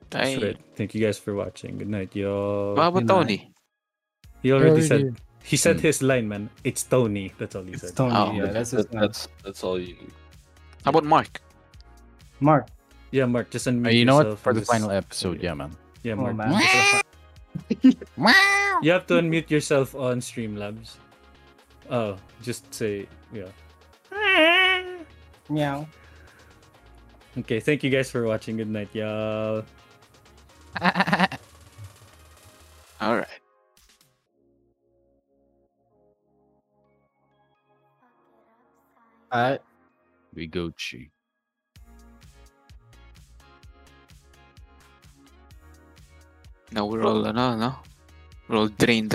S2: That's
S3: Ay,
S2: right. Thank you guys for watching. Good night, y'all.
S3: Baba
S6: Yun na.
S3: Tony.
S2: He already
S5: Already.
S2: said he said
S5: Hmm.
S2: his line, man. It's Tony. That's all he
S6: It's
S2: said.
S6: Tony.
S3: Oh,
S6: yeah, that's
S4: That-
S6: his name.
S4: that's that's all you need.
S3: How about Mark?
S6: Mark.
S2: Yeah, Mark, just
S5: Uh,
S2: unmute
S5: you know what?
S2: yourself
S5: For
S2: and
S5: the
S2: just-
S5: final episode, yeah, man.
S2: Yeah,
S6: Oh,
S2: Mark.
S6: man.
S2: You have to unmute yourself on Streamlabs. Oh, just say yeah.
S6: Meow.
S2: Okay, thank you guys for watching. Good night, y'all.
S3: All right.
S6: Alright.
S5: We Gucci.
S3: Now we're all ano, no? We're all drained